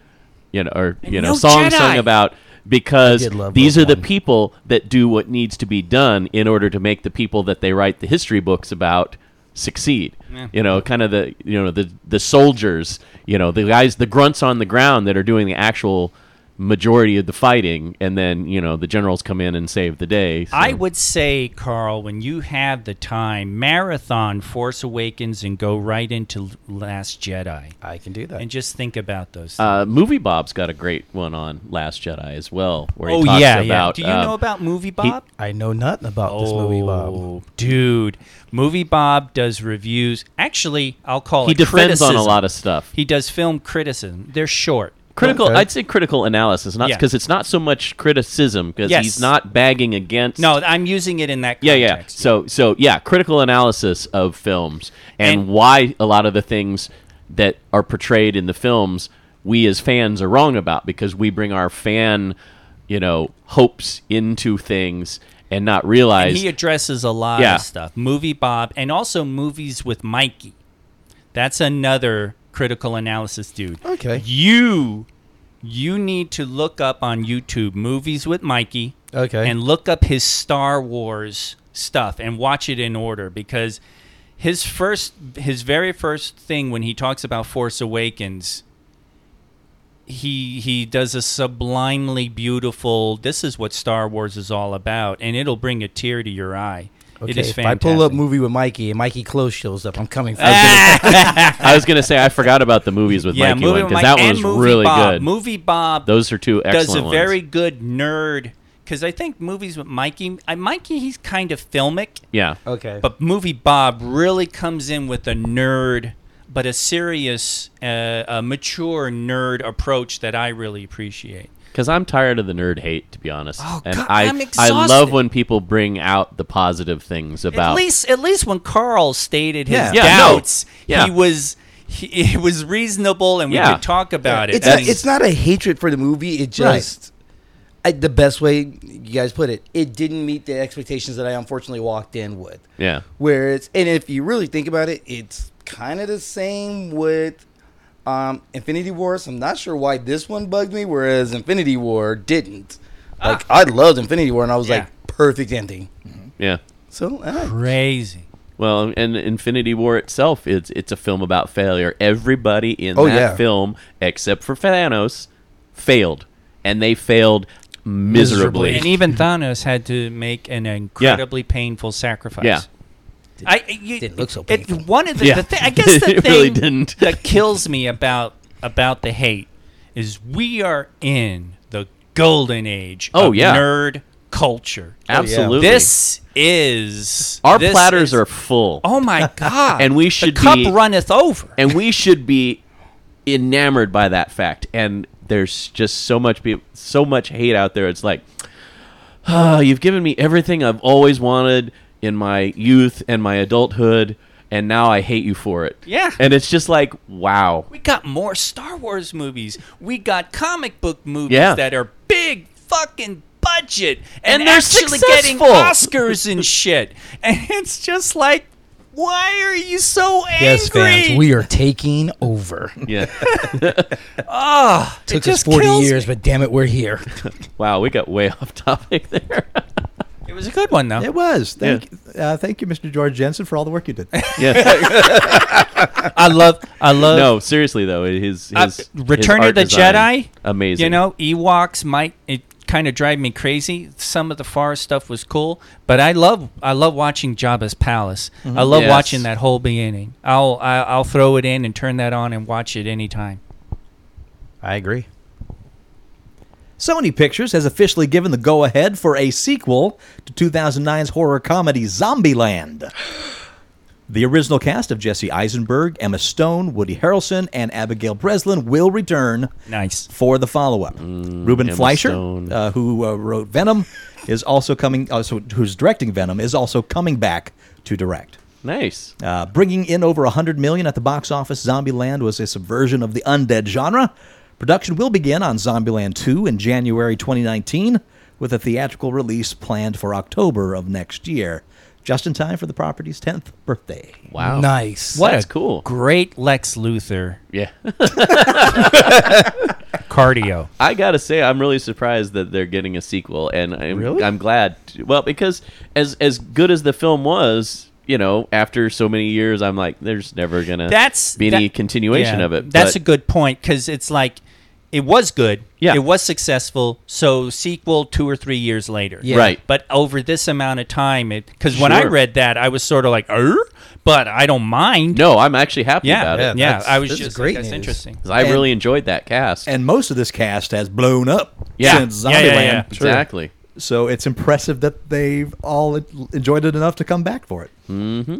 you know or you know
no
songs sung
Jedi.
about because
I did love
these
Rogue
are the
One.
people that do what needs to be done in order to make the people that they write the history books about succeed. You know, kind of the you know the the soldiers, you know, the guys, the grunts on the ground that are doing the actual majority of the fighting, and then you know the generals come in and save the day. so-
I would say, Carl, when you have the time, marathon Force Awakens and go right into Last Jedi,
I can do that.
and just think about those. Things.
Uh, Movie Bob's got a great one on Last Jedi as well, where he
oh
talks
yeah, yeah.
about
Do you
um,
know about Movie Bob?
I know nothing about this movie, Bob.
Oh, Dude, Movie Bob does reviews. Actually, I'll call
he
it
defends on a
criticism.
lot of stuff.
He does film criticism. They're short.
critical
Okay.
i'd say critical analysis not
Yeah.
because it's not so much criticism because
Yes.
he's not bagging against
No, I'm using it in that
yeah
context.
yeah so so yeah critical analysis of films and,
And-
why a lot of the things that are portrayed in the films we as fans are wrong about because we bring our fan you know hopes into things and not realize
And he addresses a lot
Yeah.
of stuff. Movie Bob and also movies with Mikey. That's another critical analysis dude.
Okay.
You you need to look up on YouTube movies with Mikey.
Okay.
And look up his Star Wars stuff and watch it in order because his first his very first thing when he talks about Force Awakens he he does a sublimely beautiful this is what Star Wars is all about and it'll bring a tear to your eye. it
Okay,
is
if
fantastic. Eh,
I pull up movie with Mikey and Mikey Close shows up, I'm coming for
I was, gonna, I was gonna say I forgot about the movies with
yeah,
Mikey
movie
one
with
because
Mike
that one
and
was
Movie
really
Bob.
good.
Movie Bob
Those are two excellent
does a
ones.
very good nerd because I think movies with Mikey I, Mikey he's kind of filmic
yeah.
Okay.
But movie Bob really comes in with a nerd, but a serious, uh, a mature nerd approach that I really appreciate.
Because I'm tired of the nerd hate, to be honest.
Oh,
and
God,
I,
I'm
I love
exhausted.
when people bring out the positive things about.
At least, at least when Carl stated his
Yeah.
Yeah, no.
doubts,
Yeah.
he was he, it was reasonable, and we
Yeah.
could talk about it.
it's,
I
not,
mean,
it's not a hatred for the movie. It
Right.
just, I, the best way you guys put it, it didn't meet the expectations that I unfortunately walked in with.
yeah.
Where it's, and if you really think about it, it's kind of the same with um, Infinity Wars. I'm not sure why this one bugged me, whereas Infinity War didn't. Like, I loved Infinity War, and I was
Yeah.
like, perfect ending.
Yeah.
So, uh,
crazy.
Well, and Infinity War itself, it's it's a film about failure. Everybody in
Oh,
that
yeah.
film, except for Thanos, failed, and they failed miserably.
And even Thanos had to make an incredibly painful
Oh,
sacrifice.
Yeah.
I you,
Didn't look so
it-
painful.
one of the,
Yeah.
the thi- I guess the
It
thing
really didn't.
that kills me about about the hate is we are in the golden age.
Oh,
of
yeah.
nerd culture.
Absolutely.
This is
our
this
platters
is-
are full,
Oh my god!
and we should
the cup
be
runneth over.
and we should be enamored by that fact. And there's just so much be- so much hate out there. It's like, ah, you've given me everything I've always wanted in my youth and my adulthood, and now I hate you for it.
Yeah.
And it's just like, wow.
We got more Star Wars movies. We got comic book movies
Yeah.
that are big fucking budget and,
And they're
actually getting
successful.
Oscars and shit. And it's just like, why are you so angry?
Yes, fans, we are taking over.
Yeah.
Ah, it
Took us
just
40
kills me.
years, but damn it, we're here.
wow, we got way off topic there.
It was a good one though.
It was. Thank, uh, thank you, Mr. George Jensen, for all the work you did.
yeah.
I love. I love.
No, seriously though, his, his
Uh,
his
Return of
art
the
design,
Jedi?
amazing.
You know, Ewoks might it kind of drive me crazy. Some of the forest stuff was cool, but I love I love watching Jabba's palace. I love
Yes.
watching that whole beginning. I'll I- I'll throw it in and turn that on and watch it anytime.
I agree.
Sony Pictures has officially given the go ahead for a sequel to 2009's horror comedy Zombieland. The original cast of Jesse Eisenberg, Emma Stone, Woody Harrelson, and Abigail Breslin will return
Nice.
for the follow up. Ruben
Mm, Emma
Fleischer,
Stone.
uh, who uh, wrote Venom, is also coming, also, who's directing Venom, is also coming back to direct.
nice.
Uh, bringing in over 100 million at the box office, Zombieland was a subversion of the undead genre. Production will begin on Zombieland 2 in January 2019 with a theatrical release planned for October of next year, just in time for the property's 10th birthday.
Wow.
Nice.
What
That's
a
cool.
Great Lex Luthor
Yeah.
cardio.
I gotta say, I'm really surprised that they're getting a sequel, and I'm,
Really?
I'm glad. to- well, because as as good as the film was, you know, after so many years, I'm like, there's never gonna
That's
be any
that-
continuation
yeah,
of it.
That's
but
a good point because it's like it was good.
Yeah.
It was successful. So sequel two or three years later.
Yeah.
right.
But over this amount of time, it because when I
Sure.
read that, I was sort of like, er, but I don't mind.
No, I'm actually happy
yeah,
about
yeah.
it.
that's-
I was
this is
just
great
like, that's
news.
interesting.
'Cause I
And-
really enjoyed that cast.
And most of this cast has blown up
Yeah.
since
Yeah,
Zombieland.
yeah, yeah.
Sure. exactly.
So it's impressive that they've all enjoyed it enough to come back for it. Mm-hmm.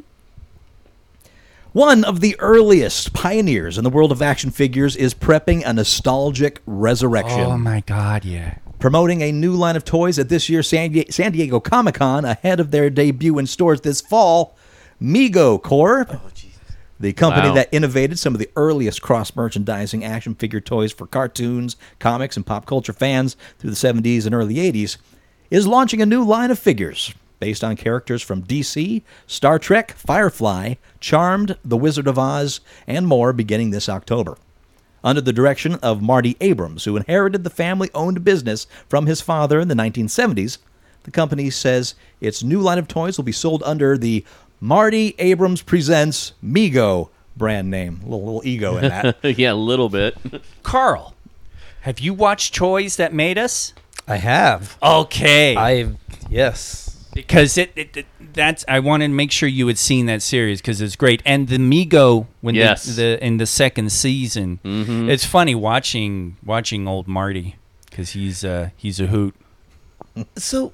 One of the earliest pioneers in the world of action figures is prepping a nostalgic resurrection.
Oh my god, yeah.
promoting a new line of toys at this year's San, Die- San Diego Comic Con ahead of their debut in stores this fall. Mego Corp, the company
Wow.
that innovated some of the earliest cross merchandising action figure toys for cartoons, comics, and pop culture fans through the 70s and early 80s, is launching a new line of figures based on characters from DC, Star Trek, Firefly, Charmed, The Wizard of Oz, and more beginning this October under the direction of Marty Abrams, who inherited the family owned business from his father in the 1970s. The company says its new line of toys will be sold under the Marty Abrams Presents Mego brand name. A little, little ego in that.
yeah, a little bit.
Carl, have you watched Toys That Made Us?
I have.
Okay,
I've, yes.
because it, it, it- that's I wanted to make sure you had seen that series because it's great. And the Mego when they-
Yes.
the in the second season, it's funny watching watching old Marty because he's uh, he's a hoot.
So,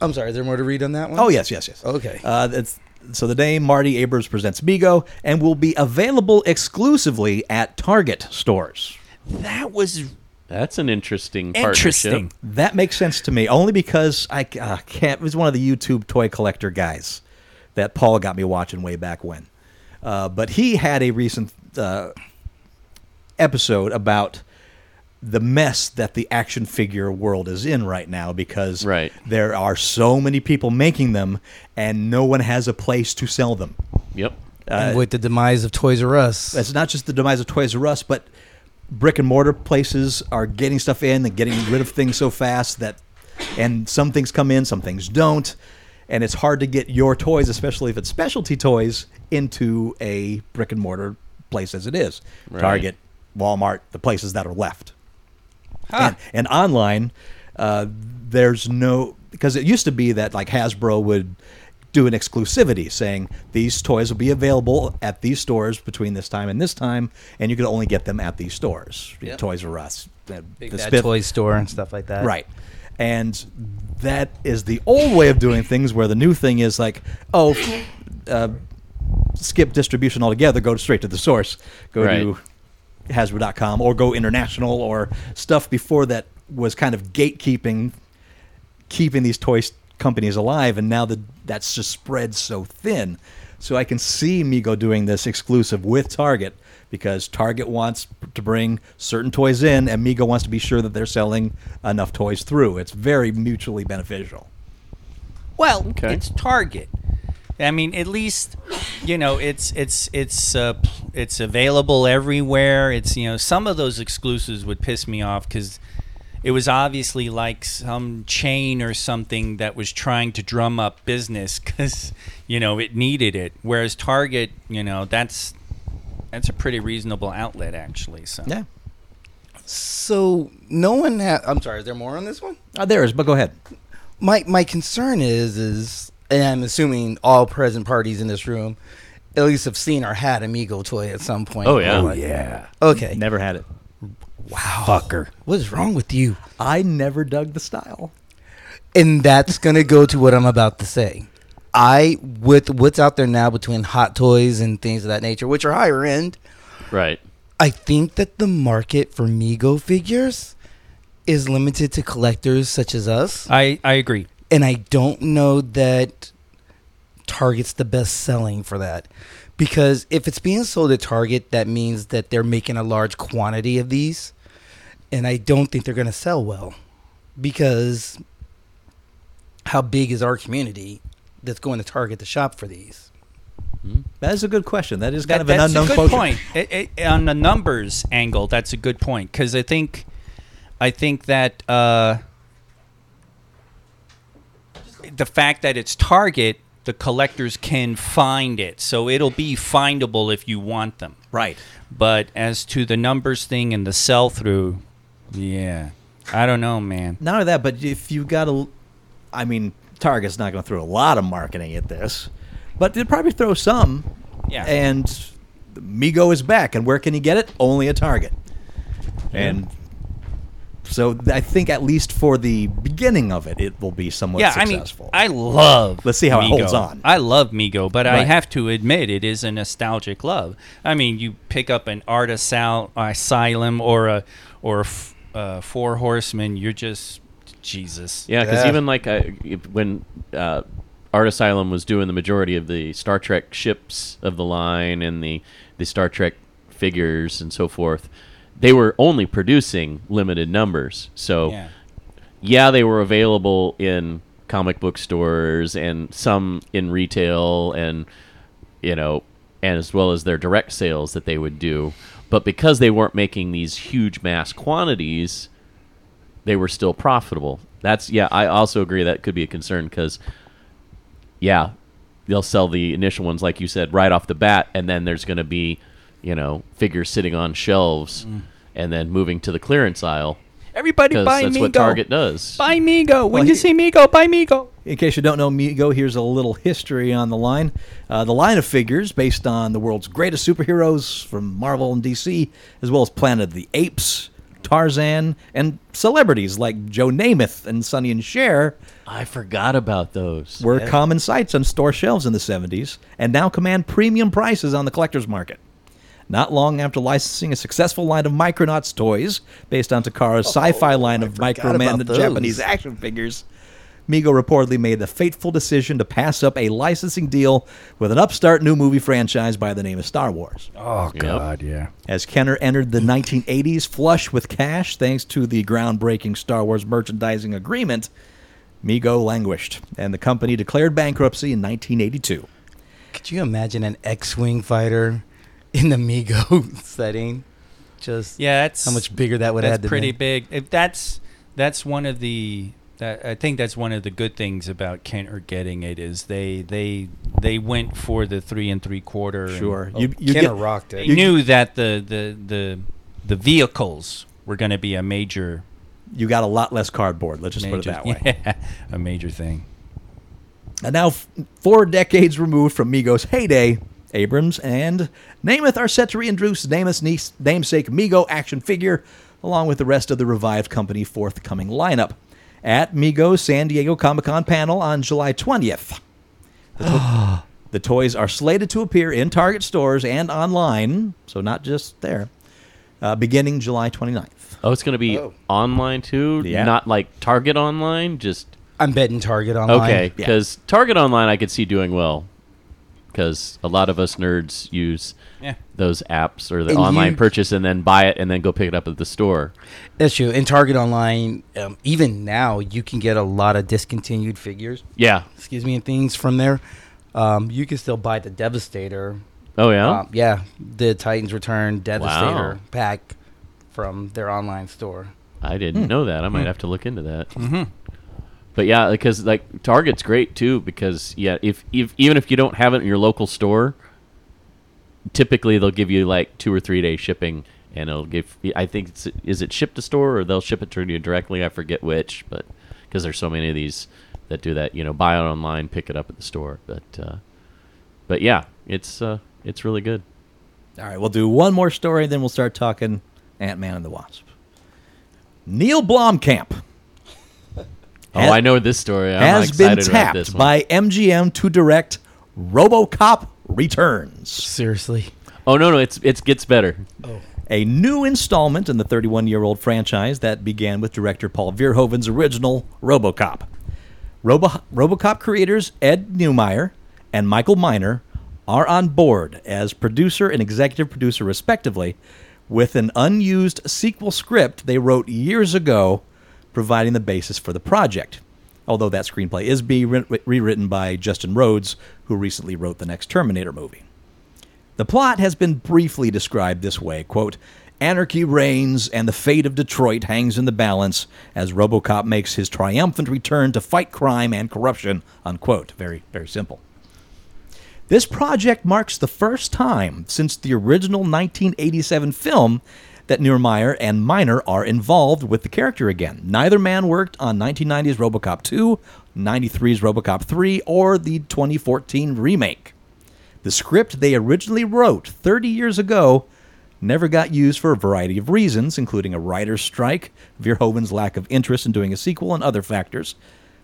I'm sorry, is there more to read on that one?
oh, yes, yes, yes.
Okay.
Uh, that's, so the name Marty Abrams Presents Mego and will be available exclusively at Target stores.
That was
That's an interesting
interesting.
partnership.
That makes sense to me only because I uh, can't. It was one of the YouTube toy collector guys that Paul got me watching way back when. Uh, but he had a recent uh, episode about the mess that the action figure world is in right now because
Right.
there are so many people making them and no one has a place to sell them.
Yep.
And with the demise of Toys R Us.
It's not just the demise of Toys R Us, but brick and mortar places are getting stuff in and getting rid of things so fast that, and some things come in, some things don't, and it's hard to get your toys, especially if it's specialty toys, into a brick and mortar place as it is,
Right.
Target, Walmart, the places that are left, and, and online. Uh, there's no because it used to be that like Hasbro would do an exclusivity saying these toys will be available at these stores between this time and this time, and you could only get them at these stores. Toys R Us, uh,
Big
the
Bad
Spiff-
Toy Store and stuff like that.
right? And that is the old way of doing things, where the new thing is like, oh, uh, skip distribution altogether, go straight to the source, go
Right.
to Hasbro.com or go international or stuff before that was kind of gatekeeping, keeping these toy s- companies alive, and now the, that's just spread so thin So I can see Mego doing this exclusive with Target because Target wants to bring certain toys in, and Mego wants to be sure that they're selling enough toys through. It's very mutually beneficial.
Well,
Okay.
it's Target. I mean, at least you know it's it's it's uh, pl- it's available everywhere. It's you know some of those exclusives would piss me off because it was obviously like some chain or something that was trying to drum up business because you know it needed it. Whereas Target, you know, that's that's a pretty reasonable outlet actually. So
So no one. Ha- I'm sorry. Is there more on this one?
Uh, there is, but go ahead.
My my concern is is, and I'm assuming all present parties in this room, at least have seen or had Amigo toy at some point.
Oh, yeah. Oh,
yeah. Okay.
Never had it.
Wow. Fucker. What is wrong with you?
I never dug the style.
And that's gonna go to what I'm about to say. I with what's out there now between hot toys and things of that nature, which are higher end.
Right.
I think that the market for Mego figures is limited to collectors such as us.
I I agree.
and I don't know that Target's the best selling for that because if it's being sold at Target, that means that they're making a large quantity of these, and I don't think they're going to sell well because how big is our community that's going to Target to shop for these?
That is a good question. That is kind
That-
of an
that's
unknown
a good
quotient.
point. It- it- on the numbers angle, that's a good point because I think, I think that uh, the fact that it's Target, the collectors can find it, so it'll be findable if you want them.
Right.
But as to the numbers thing and the sell through, yeah, I don't know, man.
Not only that, but if you got a, I mean, Target's not going to throw a lot of marketing at this, but they'll probably throw some.
Yeah.
And Migo is back, and where can he get it? Only at Target. And so th- I think at least for the beginning of it, it will be somewhat
yeah,
successful.
I mean, I love.
Let's see how it
Mego.
holds on.
I love Migo, but I
Right.
have to admit it is a nostalgic love. I mean, you pick up an Art Asal- Asylum or a or a f- uh, Four Horsemen, you're just Jesus.
Yeah, because
Yeah.
even like I, if- when uh, Art Asylum was doing the majority of the Star Trek ships of the line and the the Star Trek figures and so forth, they were only producing limited numbers. So
Yeah.
yeah, they were available in comic book stores and some in retail and you know, and as well as their direct sales that they would do. But because they weren't making these huge mass quantities, they were still profitable. That's yeah, I also agree that could be a concern cuz yeah, they'll sell the initial ones like you said right off the bat and then there's going to be, you know, figures sitting on shelves and then moving to the clearance aisle
Everybody
cuz
Mm. buy
that's
Migo.
what Target does.
Buy Migo. When
Well, he-
you see Migo, buy Migo.
In case you don't know Mego, here's a little history on the line. Uh, the line of figures, based on the world's greatest superheroes from Marvel and DC, as well as Planet of the Apes, Tarzan, and celebrities like Joe Namath and Sonny and Cher,
I forgot about those.
were common sights on store shelves in the 70s and now command premium prices on the collector's market. Not long after licensing a successful line of Micronauts toys based on Takara's sci fi line of Microman
Oh, about those.
Japanese action figures, Mego reportedly made the fateful decision to pass up a licensing deal with an upstart new movie franchise by the name of Star Wars.
Oh God, yeah.
As Kenner entered the 1980s flush with cash thanks to the groundbreaking Star Wars merchandising agreement, Mego languished, and the company declared bankruptcy in 1982.
Could you imagine an X-wing fighter in the Mego setting? Just
Yeah, that's
how much bigger that would have
that's
had to
pretty
be.
big. If that's that's one of the that, I think that's one of the good things about Kenter getting it is they they they went for the three and three quarter. and
Sure,
Oh,
you you
Kenner
get
rocked
they
it.
knew that the the the the vehicles were going to be a major
you got a lot less cardboard. Let's just put it
major-
that way.
yeah, a major thing.
And now, f- four decades removed from Migo's heyday, Abrams and Namath are set to reintroduce Namath's niece, namesake Migo action figure, along with the rest of the revived company forthcoming lineup, at Migo's San Diego Comic Con panel on July 20th. The, to- the toys are slated to appear in Target stores and online, so not just there, uh, beginning July 29th.
Oh, it's going to be
Oh.
online too,
Yeah.
not like Target online. Just
I'm betting Target online.
okay,
Yeah.
because Target online I could see doing well. because a lot of us nerds use
Yeah.
those apps or the
And
online
you-
purchase and then buy it and then go pick it up at the store.
That's true. In Target Online, um, even now, you can get a lot of discontinued figures,
Yeah.
excuse me, and things from there. Um, you can still buy the Devastator.
Oh yeah.
Um, yeah, the Titans Return Devastator
Wow.
pack from their online store.
I didn't
Hmm.
know that. I might have to look into that.
Mm-hmm.
But yeah, because like Target's great too. Because yeah, if, if even if you don't have it in your local store, typically they'll give you like two or three day shipping, and it'll give. I think it's is it shipped to store or they'll ship it to you directly. I forget which, but because there's so many of these that do that, you know, buy it online, pick it up at the store. But uh, but yeah, it's uh, it's really good.
All right, we'll do one more story, then we'll start talking Ant Man and the Wasp. Neil Blomkamp
Oh,
Has-
I know this story. I'm
has been
excited about this
tapped
one.
by MGM to direct RoboCop Returns,
Seriously.
Oh no, no, it's it gets better.
Oh. a new installment in the 31-year-old franchise that began with director Paul Verhoeven's original RoboCop. Robo- RoboCop creators Ed Neumeyer and Michael Miner are on board as producer and executive producer respectively with an unused sequel script they wrote years ago providing the basis for the project. Although that screenplay is being re- rewritten by Justin Rhodes who recently wrote the next Terminator movie. The plot has been briefly described this way quote, Anarchy reigns and the fate of Detroit hangs in the balance as Robocop makes his triumphant return to fight crime and corruption. Unquote. Very, very simple. This project marks the first time since the original 1987 film that Neumeyer and Miner are involved with the character again. Neither man worked on 1990's RoboCop 2, 93's RoboCop 3, or the 2014 remake. The script they originally wrote 30 years ago never got used for a variety of reasons, including a writer's strike, Verhoeven's lack of interest in doing a sequel, and other factors.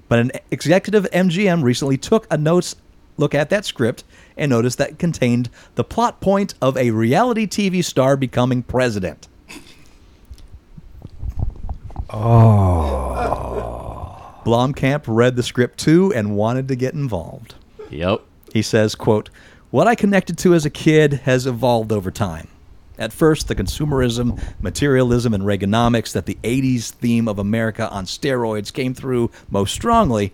But an executive at MGM recently took a notes look at that script and noticed that it contained the plot point of a reality TV star becoming president. Oh. Blomkamp read the script too and wanted to get involved.
Yep.
He says, quote, What I connected to as a kid has evolved over time. At first, the consumerism, materialism, and Reaganomics that the 80s theme of America on steroids came through most strongly.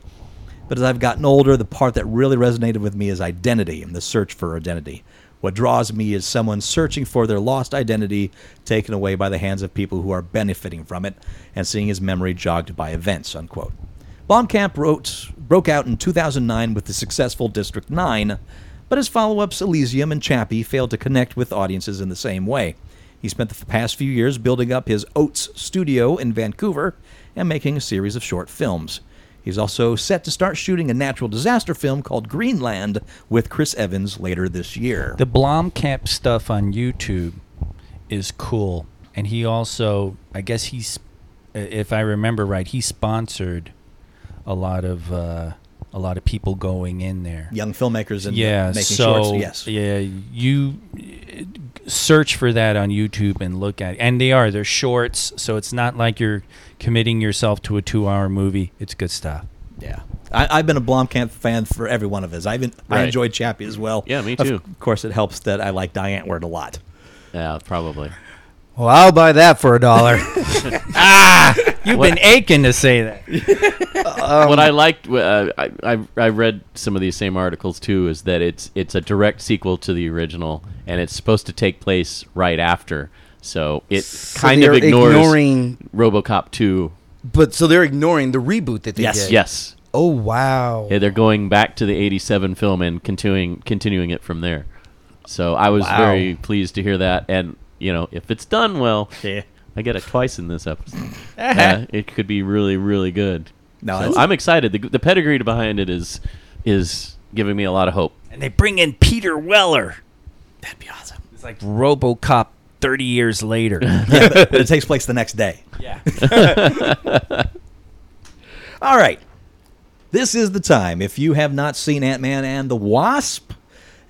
But as I've gotten older, the part that really resonated with me is identity and the search for identity. What draws me is someone searching for their lost identity taken away by the hands of people who are benefiting from it and seeing his memory jogged by events, unquote. Blomkamp wrote, broke out in 2009 with the successful District 9, but his follow ups Elysium and Chappie failed to connect with audiences in the same way. He spent the past few years building up his Oates studio in Vancouver and making a series of short films. He's also set to start shooting a natural disaster film called Greenland with Chris Evans later this year.
The Blomkamp stuff on YouTube is cool, and he also, I guess he's, uh, if I remember right, he sponsored a lot of uh, a lot of people going in there.
Young filmmakers and
yeah,
making
so
shorts. Yes.
yeah, you uh, search for that on YouTube and look at, and they are they're shorts, so it's not like you're committing yourself to a two-hour movie. It's good stuff.
Yeah. I, I've been a Blomkamp fan for every one of his. I've been, I
Right.
enjoyed Chappie as well.
Yeah, me
Of
too.
course, it helps that I like Diane Word a lot.
Yeah, probably.
Well, I'll buy that for a dollar.
Ah! You've been aching to say that.
what I liked, uh, I, I I read some of these same articles too, is that it's it's a direct sequel to the original, and it's supposed to take place right after. So it kind of
they're
ignores
ignoring-
RoboCop two.
but so they're ignoring the reboot that they
Yes,
did.
Yes,
Oh, wow.
Yeah, they're going back to the '87 film and continuing continuing it from there. So I was
Wow.
very pleased to hear that, and you know, if it's done well,
Yeah.
I get it twice in this episode. Uh, it could be really, really good.
No,
So
that's-
I'm excited. The, the pedigree behind it is is giving me a lot of hope.
and they bring in Peter Weller. That'd be awesome. It's like RoboCop 30 years later.
Yeah, but, but it takes place the next day.
yeah.
All right. This is the time. If you have not seen Ant Man and the Wasp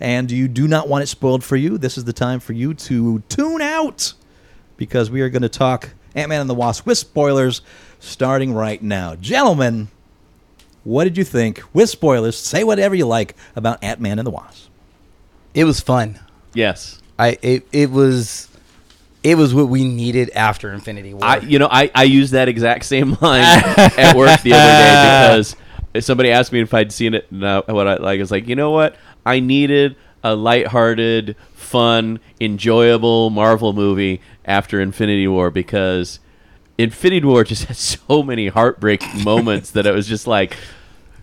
and you do not want it spoiled for you, this is the time for you to tune out because we are going to talk Ant Man and the Wasp with spoilers starting right now. Gentlemen, what did you think with spoilers? Say whatever you like about Ant Man and the Wasp.
It was fun.
Yes.
I it, it was it was what we needed after Infinity War.
I, you know, I, I used that exact same line at work the other day because somebody asked me if I'd seen it. And I, what I like is like, you know what? I needed a lighthearted, fun, enjoyable Marvel movie after Infinity War because Infinity War just had so many heartbreaking moments that it was just like,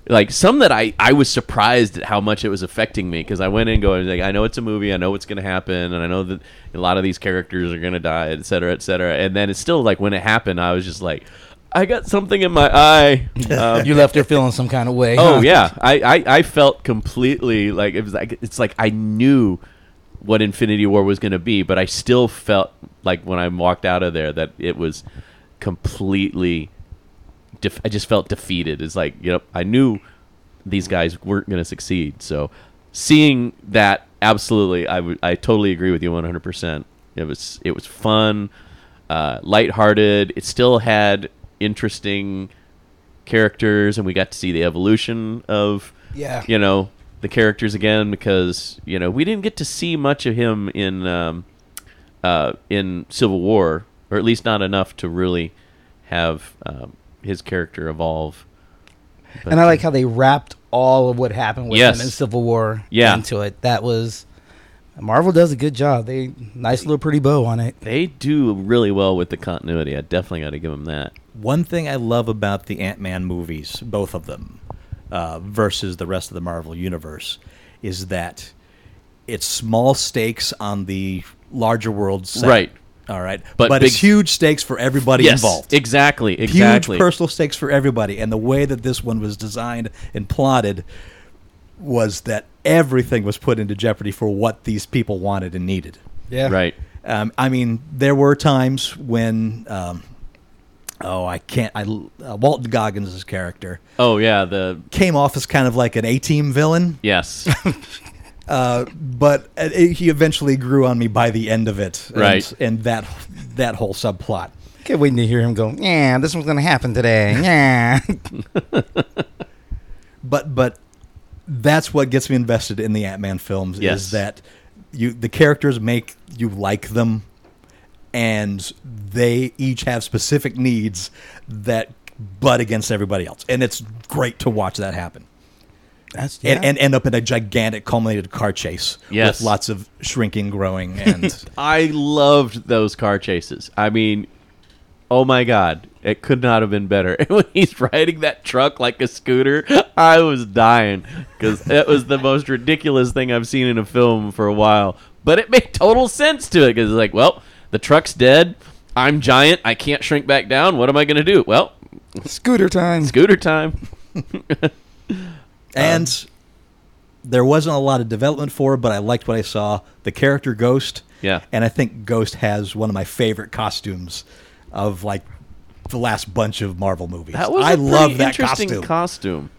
like some that I, I was surprised at how much it was affecting me because I went in going like I know it's a movie I know what's going to happen and I know that a lot of these characters are going to die et cetera et cetera and then it's still like when it happened I was just like I got something in my eye um,
you left her feeling some kind of way.
oh
huh?
yeah I, I, I felt completely like it was like it's like I knew what Infinity War was going to be but I still felt like when I walked out of there that it was completely def- I just felt defeated. It's like you know I knew these guys weren't going to succeed. So seeing that, absolutely, I would I totally agree with you one hundred percent. It was it was fun, uh, lighthearted. It still had interesting characters, and we got to see the evolution of
Yeah.
you know the characters again because you know we didn't get to see much of him in um, uh, in Civil War, or at least not enough to really have um, his character evolve. But-
And I like how they wrapped all of what happened with
Yes.
him in Civil War
Yeah.
into it. That was Marvel does a good job. They nice little pretty bow on it.
They do really well with the continuity. I definitely got to give them that.
One thing I love about the Ant Man movies, both of them, uh, versus the rest of the Marvel Universe, is that it's small stakes on the larger world set.
Right.
All right.
But
But,
big-
it's huge stakes for everybody involved.
exactly, exactly.
Huge personal stakes for everybody. And the way that this one was designed and plotted was that everything was put into jeopardy for what these people wanted and needed.
Yeah.
right?
Um, I mean, there were times when, um, oh, I can't. I uh, Walton Goggins' character
Oh yeah, the
came off as kind of like an A team villain,
yes,
but uh it, he eventually grew on me by the end of it. And,
Right.
and that that whole subplot.
Can't wait to hear him go, Yeah, this one's gonna happen today. Yeah.
But but that's what gets me invested in the Ant Man films
Yes.
is that you the characters make you like them, and they each have specific needs that butt against everybody else, and it's great to watch that happen.
That's
and, and end up in a gigantic culminated car chase
Yes.
with lots of shrinking, growing, and
I loved those car chases. I mean, oh my god, it could not have been better. And when he's riding that truck like a scooter, I was dying because that was the most ridiculous thing I've seen in a film for a while. But it made total sense to it because it's like, well, the truck's dead. I'm giant. I can't shrink back down. What am I going to do? Well,
scooter time.
scooter time.
and there wasn't a lot of development for, it, but I liked what I saw. The character Ghost,
Yeah.
and I think Ghost has one of my favorite costumes of like the last bunch of Marvel movies.
That was
I
a
love
pretty
that
interesting
costume.
costume.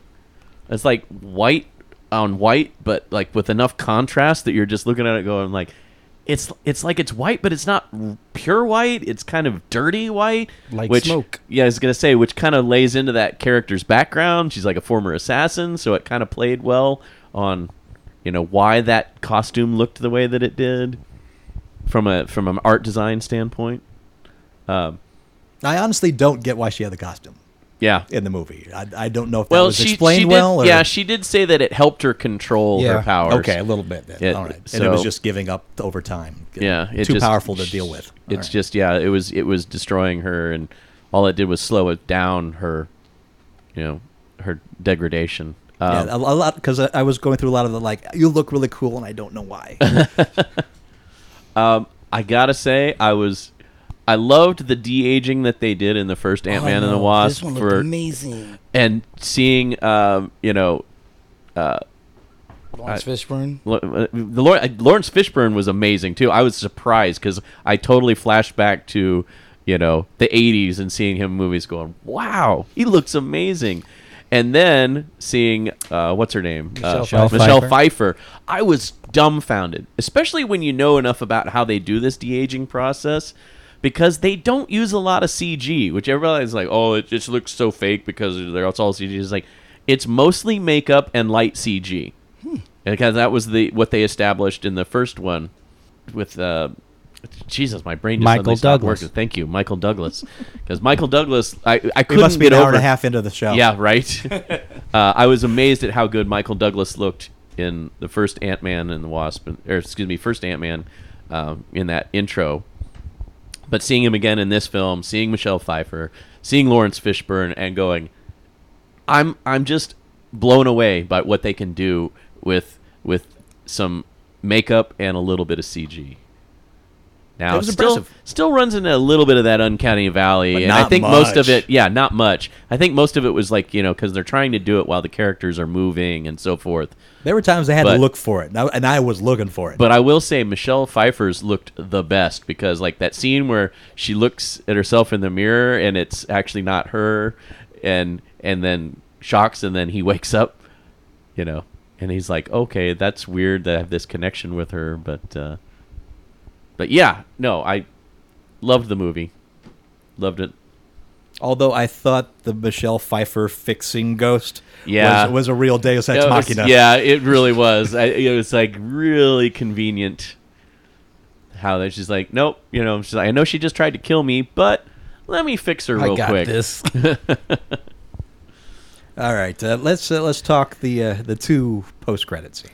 It's like white on white, but like with enough contrast that you're just looking at it going like, it's it's like it's white, but it's not r- pure white. It's kind of dirty white,
Like
which,
smoke.
Yeah, I was gonna say, which kind of lays into that character's background. She's like a former assassin, so it kind of played well on, you know, why that costume looked the way that it did, from a from an art design standpoint. Um,
I honestly don't get why she had the costume
yeah,
in the movie. I, I don't know if that
well,
was
she,
explained
she did,
well. Or,
Yeah, she did say that it helped her control her
Yeah.
powers.
Okay, a little bit. Then.
It-
All right, and it
so-
was just giving up over time.
Yeah, it
too
just-
powerful to deal with. All
It's
right.
just yeah, it was it was destroying her, and all it did was slow it down her, you know, her degradation. Um,
yeah, a, a lot because I, I was going through a lot of the like, you look really cool, and I don't know why.
Um, I gotta say, I was, I loved the de aging that they did in the first Ant Man and the
Oh,
Wasp
Oh, This one looked
for
amazing.
and seeing, um, you know,
Lawrence Fishburne.
Lo- uh, the Lor- uh, Lawrence Fishburne was amazing too. I was surprised because I totally flashed back to you know the '80s and seeing him in movies, going, "Wow, he looks amazing." And then seeing uh, what's her name, Uh,
Michelle
Michelle
Pfeiffer.
Pfeiffer, I was dumbfounded, especially when you know enough about how they do this de aging process. Because they don't use a lot of CG, which everybody's like, "Oh, it just looks so fake because they're- it's all CG." It's like, it's mostly makeup and light CG because that was the what they established in the first one with uh, Jesus, my brain just
Michael
suddenly stopped
Douglas.
working. Thank you, Michael Douglas, because Michael Douglas, I I
We
couldn't
must be
get
an hour
over.
and a half into the show.
Yeah, right. uh, I was amazed at how good Michael Douglas looked in the first Ant Man and the Wasp, and- or excuse me, first Ant Man um, in that intro. But seeing him again in this film, seeing Michelle Pfeiffer, seeing Lawrence Fishburne, and going, I'm I'm just blown away by what they can do with with some makeup and a little bit of CG. Now,
It was
still
impressive.
still runs into a little bit of that uncanny valley,
But
and I
not
think most of
much.
it yeah, not much. I think most of it was like you know because they're trying to do it while the characters are moving and so forth.
There were times I had to
But-
look for it, and I, and I was looking for it.
But I will say Michelle Pfeiffer's looked the best because like that scene where she looks at herself in the mirror and it's actually not her, and and then shocks and then he wakes up, you know, and he's like, okay, that's weird to have this connection with her, but uh, but yeah, no, I loved the movie, loved it.
Although I thought the Michelle Pfeiffer fixing ghost
Yeah.
was, was a real Deus Ex
It was-
Machina.
Yeah, it really was. I, it was like really convenient how that she's like, nope, you know, she's like, I know she just tried to kill me, but let me fix her real
I got
quick.
this.
All right, uh, let's uh, let's talk the uh, the two post credit scenes.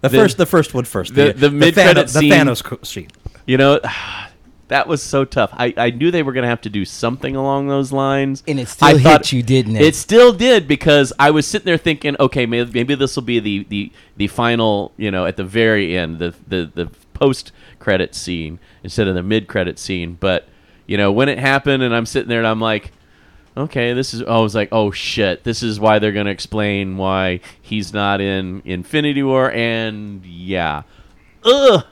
The,
The-
first, the first one first.
the- the mid-credit
Thanos,
scene-
the Thanos co- scene.
You know, that was so tough. I, I knew they were going to have to do something along those lines.
And it still
I
hit you, didn't it?
It still did because I was sitting there thinking, okay, maybe, maybe this will be the, the, the final, you know, at the very end, the, the, the post credit scene instead of the mid credit scene. But, you know, when it happened and I'm sitting there and I'm like, okay, this is. I was like, oh shit, this is why they're gonna explain why he's not in Infinity War, and yeah, ugh,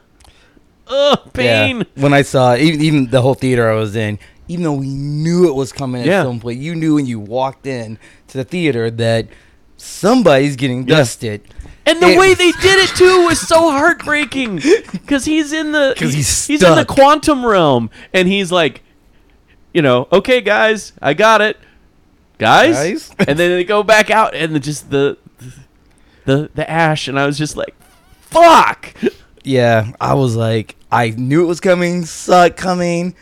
ugh, pain.
Yeah. When I saw even, even the whole theater I was in, even though we knew it was coming at
Yeah.
some point, you knew when you walked in to the theater that somebody's getting
Yeah.
dusted.
And the
It-
way they did it too was so heartbreaking because he's in the
'Cause he's
he's in the
stuck.
quantum realm, and he's like, you know, okay, guys, I got it, guys,
Guys?
and then they go back out, and the, just the the the ash, and I was just like, fuck.
Yeah, I was like, I knew it was coming, saw it coming.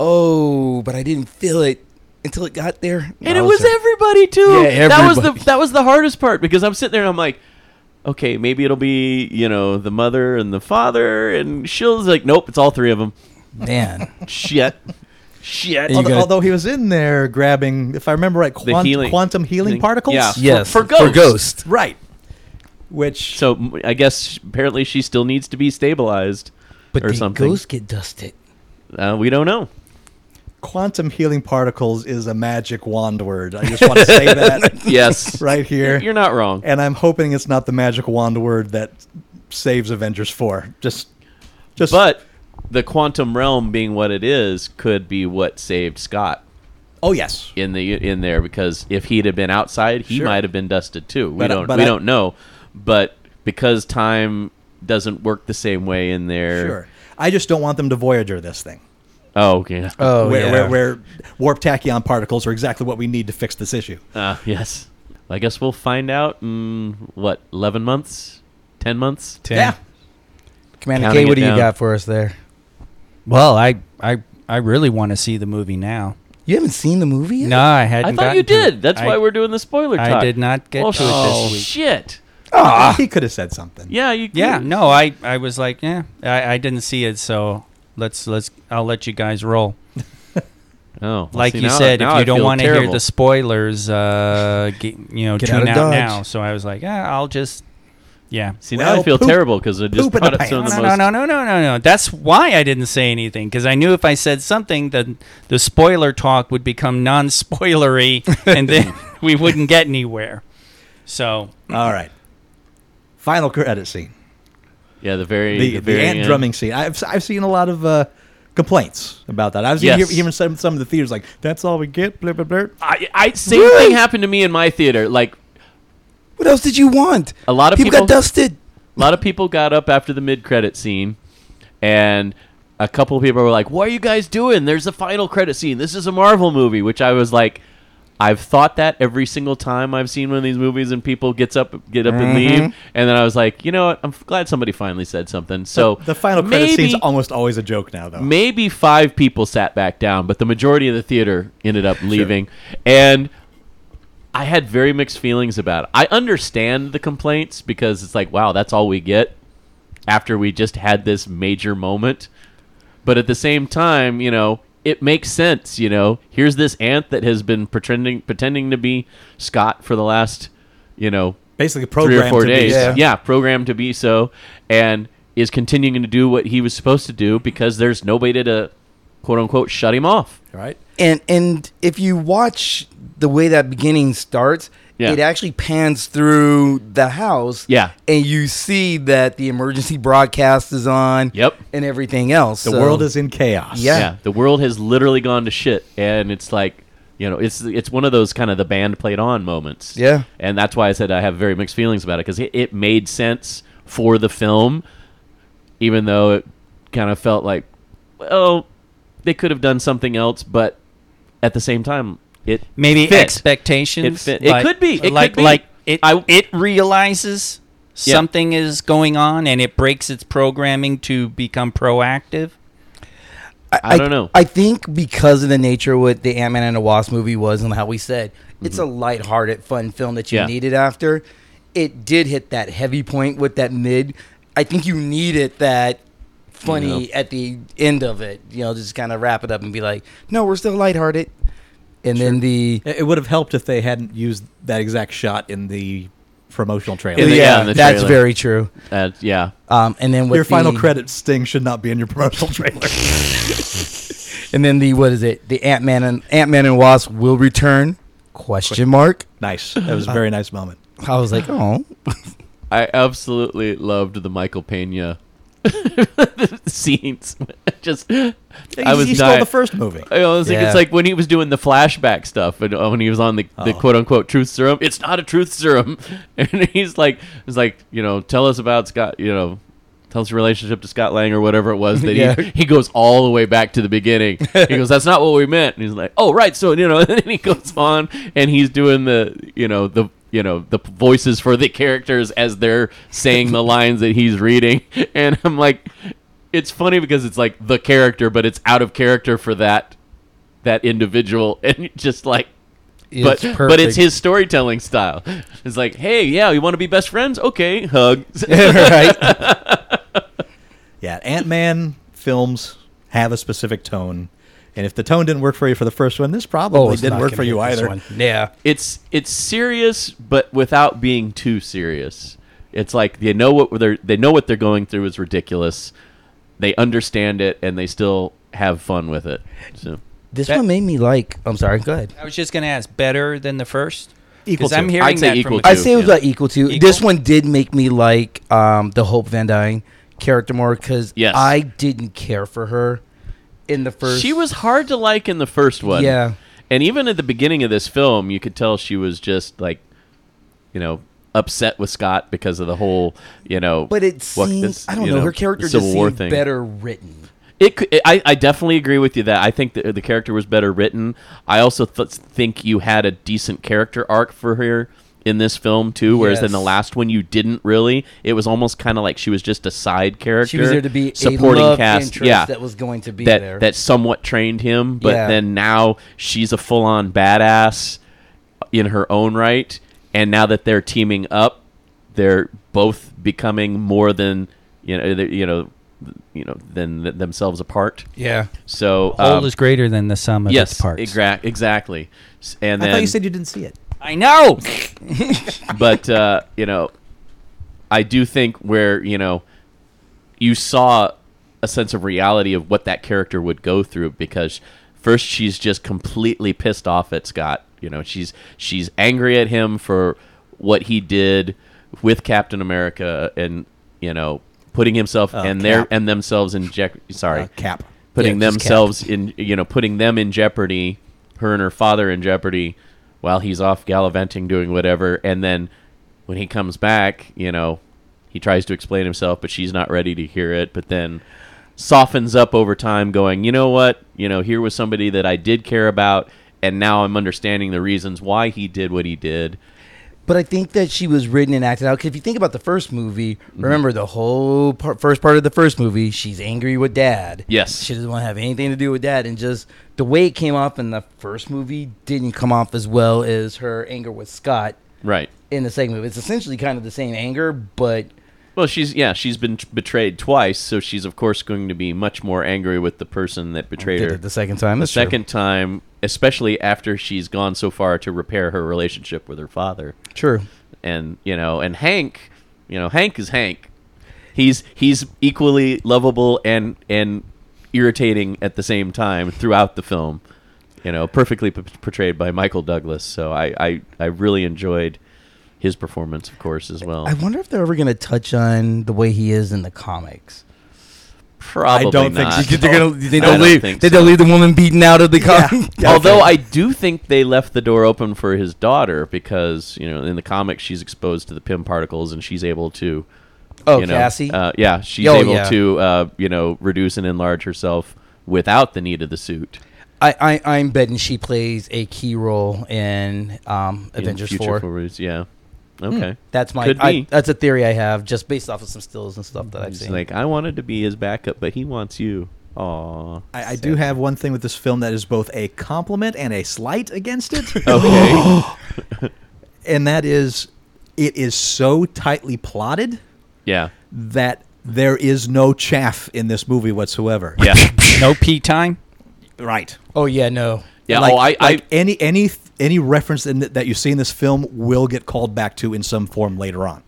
Oh, but I didn't feel it until it got there.
and it was everybody too.
Yeah,
That was the
everybody.
that was the hardest part because I'm sitting there and I'm like, okay, maybe it'll be you know the mother and the father, and she'll like, nope, it's all three of them.
man.
Shit, shit.
You
Although,
gotta-
although he was in there grabbing, if I remember right,
The
quant-
healing-
quantum healing
thing-
particles.
yeah. For-
yes,
for
For
Ghost.
ghost.
Right. Which
So m- I guess apparently she still needs to be stabilized
But
or
did
something.
ghost get dusted?
Uh, we don't know.
quantum healing particles is a magic wand word. I just want to say that
Yes,
right here.
You're, you're not wrong.
and I'm hoping it's not the magic wand word that saves Avengers Four. Just, just
But the quantum realm being what it is could be what saved Scott
oh yes,
in the in there because if he'd have been outside, he
Sure.
might have been dusted too. We
uh,
But I-
don't
but
we
I-
don't know, but because time doesn't work the same way in there.
sure. I just don't want them to Voyager this thing.
Oh yeah.
Uh,
Oh
where,
yeah.
where, where warp tachyon particles are exactly what we need to fix this issue.
Uh, yes. I guess we'll find out in what eleven months, ten months.
Ten.
Yeah.
Commander
Counting
K,
it
what do you
down.
got for us there?
Well, I I I really want to see the movie now.
You haven't seen the movie yet?
No, I hadn't.
I thought you
gotten to it.
did. That's
I-
why we're doing the spoiler
I
talk.
did not get
Well,
to it this
oh,
week.
shit.
He could have said something.
Ah. Yeah, you.
Yeah,
you-
no, I I was like, yeah, I, I didn't see it, so let's let's I'll let you guys roll.
Oh, well,
like
see,
you
now-
said,
now
if
I
you don't
feel
want to hear
terrible.
the spoilers, uh, get, you know,
Get out of
tune out,
Dodge.
now. So I was like, yeah, I'll just, yeah.
see, now I
Well,
feel
poop-
terrible because I just
poop in
brought
the
up some of
No,
the
no,
most.
no, no, no, no, no, no. That's why I didn't say anything because I knew if I said something, then the spoiler talk would become non-spoilery, and then we wouldn't get anywhere. So
All right. Final credit scene.
Yeah, the very
The,
the,
the,
very
ant
end.
drumming scene. I've, I've seen a lot of uh, complaints about that. I was
Yes.
hear- hearing some, some of the theaters like, that's all we get, blah, blah, blah.
I, I same thing happened to me in my theater. Like
What else did you want?
A lot of people-
got dusted.
a lot of people got up after the mid credit scene, and a couple people were like, "What are you guys doing? There's a final credit scene. This is a Marvel movie." Which I was like, I've thought that every single time I've seen one of these movies and people gets up, get up and leave,
Mm-hmm.
and then I was like, you know what? I'm f- glad somebody finally said something. So
the final credit
maybe-
scene's almost always a joke now, though.
maybe five people sat back down, but the majority of the theater ended up leaving. And I had very mixed feelings about it. I understand the complaints because it's like, wow, that's all we get after we just had this major moment. But at the same time, you know, it makes sense, you know. Here's this ant that has been pretending pretending to be Scott for the last, you know,
Basically,
three
programmed
or four
to be-
days.
Yeah.
Yeah. programmed to be so, and is continuing to do what he was supposed to do because there's nobody to quote unquote shut him off.
right?
and and if you watch the way that beginning starts
Yeah.
it actually pans through the house
Yeah.
and you see that the emergency broadcast is on
Yep.
and everything else
The
so-
world is in chaos.
Yeah.
the world has literally gone to shit, and it's like you know, it's it's one of those kind of the band played on moments.
Yeah.
and that's why I said I have very mixed feelings about it because it, it made sense for the film, even though it kind of felt like, well, they could have done something else, but at the same time, it
Maybe
fit.
expectations.
It fit- it could be, it could
like
be.
like it.
I-
it realizes
Yeah.
something is going on, and it breaks its programming to become proactive.
I don't know.
I think because of the nature of what the Ant Man and the Wasp movie was and how we said it's a lighthearted, fun film that you
Mm-hmm. Yeah.
needed after, it did hit that heavy point with that mid. I think you needed that funny
Yeah.
at the end of it, you know, just kind of wrap it up and be like, no, we're still lighthearted. And then the.
It it would have helped if they hadn't used that exact shot in the promotional trailer.
In the- yeah, in the
that's
trailer.
very true.
uh, yeah.
Um, and then with
Your final
the-
credit sting should not be in your promotional trailer.
and then the what is it? The Ant Man and Ant Man and Wasp will return? Question mark.
nice. That was a very nice moment.
I was like, oh,
I absolutely loved the Michael Pena scenes. Just, I was
he stole
dying.
the first movie.
I was like,
Yeah.
it's like when he was doing the flashback stuff, and uh, when he was on the, the
Oh.
quote unquote truth serum. It's not a truth serum, and he's like, he's like, you know, tell us about Scott, you know. Tell us your relationship to Scott Lang or whatever it was that
Yeah.
he, he goes all the way back to the beginning. he goes, That's not what we meant. And he's like, Oh right, so you know, and then he goes on and he's doing the you know, the you know, the voices for the characters as they're saying the lines that he's reading. And I'm like it's funny because it's like the character, but it's out of character for that that individual and just like but but it's his storytelling style. It's like, hey, yeah, you want to be best friends? Okay, hug.
right.
Yeah, Ant Man films have a specific tone, and if the tone didn't work for you for the first one, this
Oh,
probably didn't work for you either.
Yeah.
it's it's serious, but without being too serious. It's like they know what they're they know what they're going through is ridiculous. They understand it and they still have fun with it. So
This
That-
one made me like. I'm sorry. Go ahead.
I was just going to ask, better than the first?
Equal
Because I'm
to.
hearing
I'd say
that
equal
from
to.
I
a
do,
say it was
yeah.
about equal to.
Equal?
This one did make me like um, the Hope Van Dyne character more because
Yes.
I didn't care for her in the first.
she was hard to like in the first one.
Yeah.
And even at the beginning of this film, you could tell she was just like, you know, upset with Scott because of the whole, you know,
but it
what-
seemed.
this,
I don't
you
know, Her character
the
just
Civil War
seemed
thing.
better written.
It, cou- I, I definitely agree with you that I think the, the character was better written. I also th- think you had a decent character arc for her in this film too, whereas in the
Yes.
last one you didn't really. It was almost kind of like she was just a side character.
She was there to be
supporting
a love
cast.
interest
yeah,
that was going to be
that
there.
that somewhat trained him, but
Yeah.
then now she's a full on badass in her own right, and now that they're teaming up, they're both becoming more than you know, they're- you know, you know, than th- themselves apart.
yeah.
So
Whole
um,
is greater than the sum of
yes,
its parts.
exa- exactly. S- And
I
then,
thought you said you didn't see it.
I know.
but uh, you know, I do think where you know you saw a sense of reality of what that character would go through because first she's just completely pissed off at Scott. You know, she's she's angry at him for what he did with Captain America and you know putting himself and their
Cap.
and themselves in jeopardy. Sorry,
Uh, Cap.
putting
Yeah, just
themselves in you know putting them in jeopardy her and her father in jeopardy while he's off gallivanting doing whatever and then when he comes back you know he tries to explain himself but she's not ready to hear it but then softens up over time going you know what you know here was somebody that i did care about and now I'm understanding the reasons why he did what he did.
But I think that she was written and acted out. 'Cause if you think about the first movie,
Mm-hmm.
remember the whole part, first part of the first movie, she's angry with dad.
Yes.
She doesn't want to have anything to do with dad. And just the way it came off in the first movie didn't come off as well as her anger with Scott
Right.
in the second movie. It's essentially kind of the same anger, but
Well, she's yeah, she's been t- betrayed twice, so she's of course going to be much more angry with the person that betrayed
did
her.
it the second time.
the
That's true.
second time, especially after she's gone so far to repair her relationship with her father.
True.
and you know and hank you know hank is hank he's he's equally lovable and and irritating at the same time throughout the film you know perfectly p- portrayed by michael douglas so i i, I really enjoyed his performance of course as well
I wonder if they're ever going to touch on the way he is in the comics.
probably not.
they're gonna, they don't
I don't
leave.
think
They
so.
don't leave the woman beaten out of the comic.
Although I do think they left the door open for his daughter because you know in the comics she's exposed to the Pym particles and she's able to.
Oh,
you know,
Cassie?
Uh, yeah, she's
Oh,
able
yeah.
to uh, you know reduce and enlarge herself without the need of the suit.
I, I I'm betting she plays a key role in um,
in
Avengers
future
Four. Hmm.
forwards. Yeah. Okay.
That's my.
Could
I,
be.
that's a theory I have just based off of some stills and stuff that I've
It's
seen.
like I wanted to be his backup, but he wants you. Aw.
I, I do have one thing with this film that is both a compliment and a slight against it.
Okay.
and that is it is so tightly plotted
yeah.
that there is no chaff in this movie whatsoever.
Yeah.
no pee time.
Right.
oh yeah, no.
Yeah.
Like,
oh, I.
like
I
any any any reference in th- that you see in this film will get called back to in some form later on,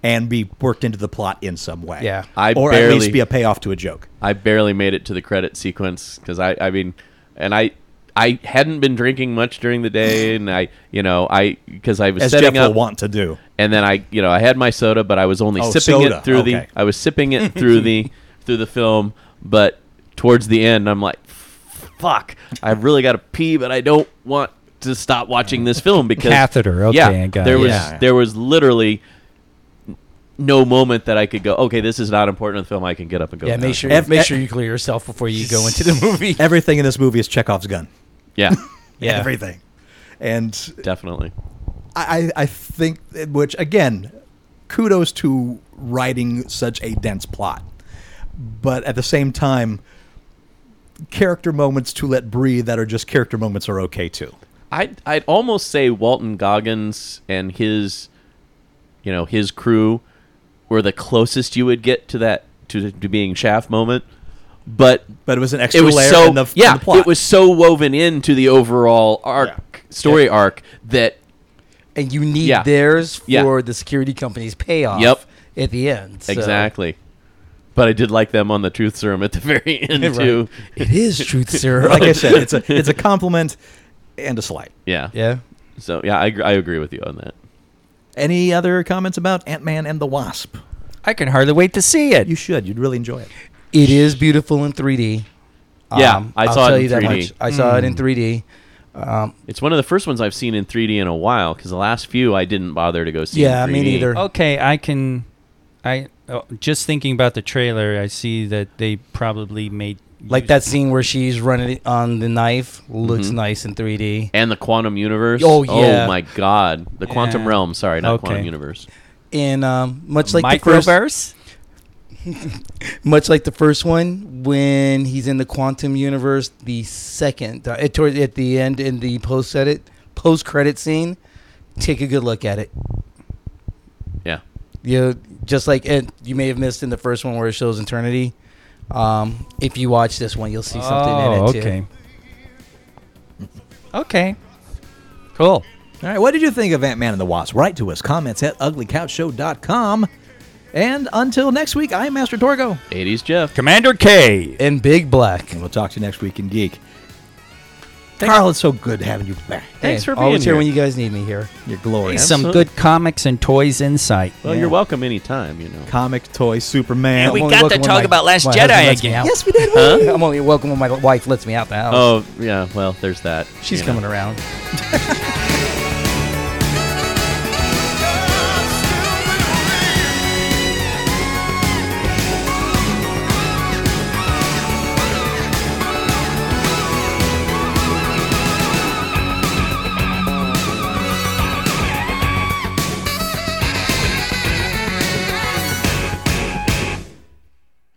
and be worked into the plot in some way.
Yeah.
I
or at
barely-
least be a payoff to a joke.
I barely made it to the credit sequence because I, I mean, and I, I hadn't been drinking much during the day, and I, you know, I because I was
As Jeff
setting
will
up,
want to do.
and then I, you know, I had my soda, but I was only
Oh,
sipping
soda.
it through
Okay.
the, I was sipping it through the, through the film, but towards the end, I'm like, fuck, I really got to pee, but I don't want to stop watching this film because
Catheter, okay, I
yeah,
got
there
it.
was
Yeah.
there was literally. No moment that I could go. Okay, this is not important to the film. I can get up and go.
Yeah,
down."
make sure
Ev-
make sure you clear yourself before you go into the movie.
Everything in this movie is Chekhov's gun.
Yeah,
Yeah.
Everything. And
definitely.
I, I I think, that- which again, kudos to writing such a dense plot, but at the same time, character moments to let breathe that are just character moments are okay too.
I'd I'd almost say Walton Goggins and his, you know, his crew were the closest you would get to that to, to being Shaft moment, but
But it was an extra
it was
layer
so
in, the, in
yeah,
the plot.
it was so woven into the overall arc story arc that
and you need
Yeah.
theirs for
Yeah.
the security company's payoff.
Yep.
At the end. so-
exactly. But I did like them on the truth serum at the very end
Right.
too.
It is truth serum.
like I said, it's a it's a compliment and a slight.
Yeah.
yeah.
So yeah, I, agree- I agree with you on that.
Any other comments about Ant Man and the Wasp?
I can hardly wait to see it.
You should. You'd really enjoy it.
It is beautiful in 3D.
Yeah, I
Um, I'll
saw it
tell
in Hmm.
you that
3D.
much. I saw it in 3D. Um,
It's one of the first ones I've seen in 3D in a while because the last few I didn't bother to go see. in
Yeah, me
3D.
neither.
okay, I can. I oh, just thinking about the trailer. I see that they probably made
like that scene where she's running on the knife looks
Mm-hmm.
nice in 3d
and the quantum universe.
Oh, yeah.
my god, the quantum
Yeah.
realm. Sorry, not
Okay.
quantum universe.
and um, much like
microverse.
the first much like the first one when he's in the quantum universe the second uh, at, toward, at the end in the post edit post credit scene take a good look at it
Yeah,
you know, just like and you may have missed in the first one where it shows eternity um, if you watch this one you'll see something in
oh,
it too
okay. Okay. Cool.
All right, what did you think of Ant Man and the Wasp? Write to us, comments at uglycouchshow.com. And until next week, I am Master Torgo.
80s Jeff.
Commander K.
and big black
And we'll talk to you next week in Geek. Carl, it's so good having you back.
Thanks for being
always
here.
when you guys need me here
You're glorious.
Some good comics and toys insight.
Well, you're welcome anytime. You know.
comic toy Superman.
I'm only welcome when my- my husband lets me out.
yes, we did.
I'm only welcome when my wife lets me out the house.
Oh yeah. Well, there's that.
She's
you know.
coming around.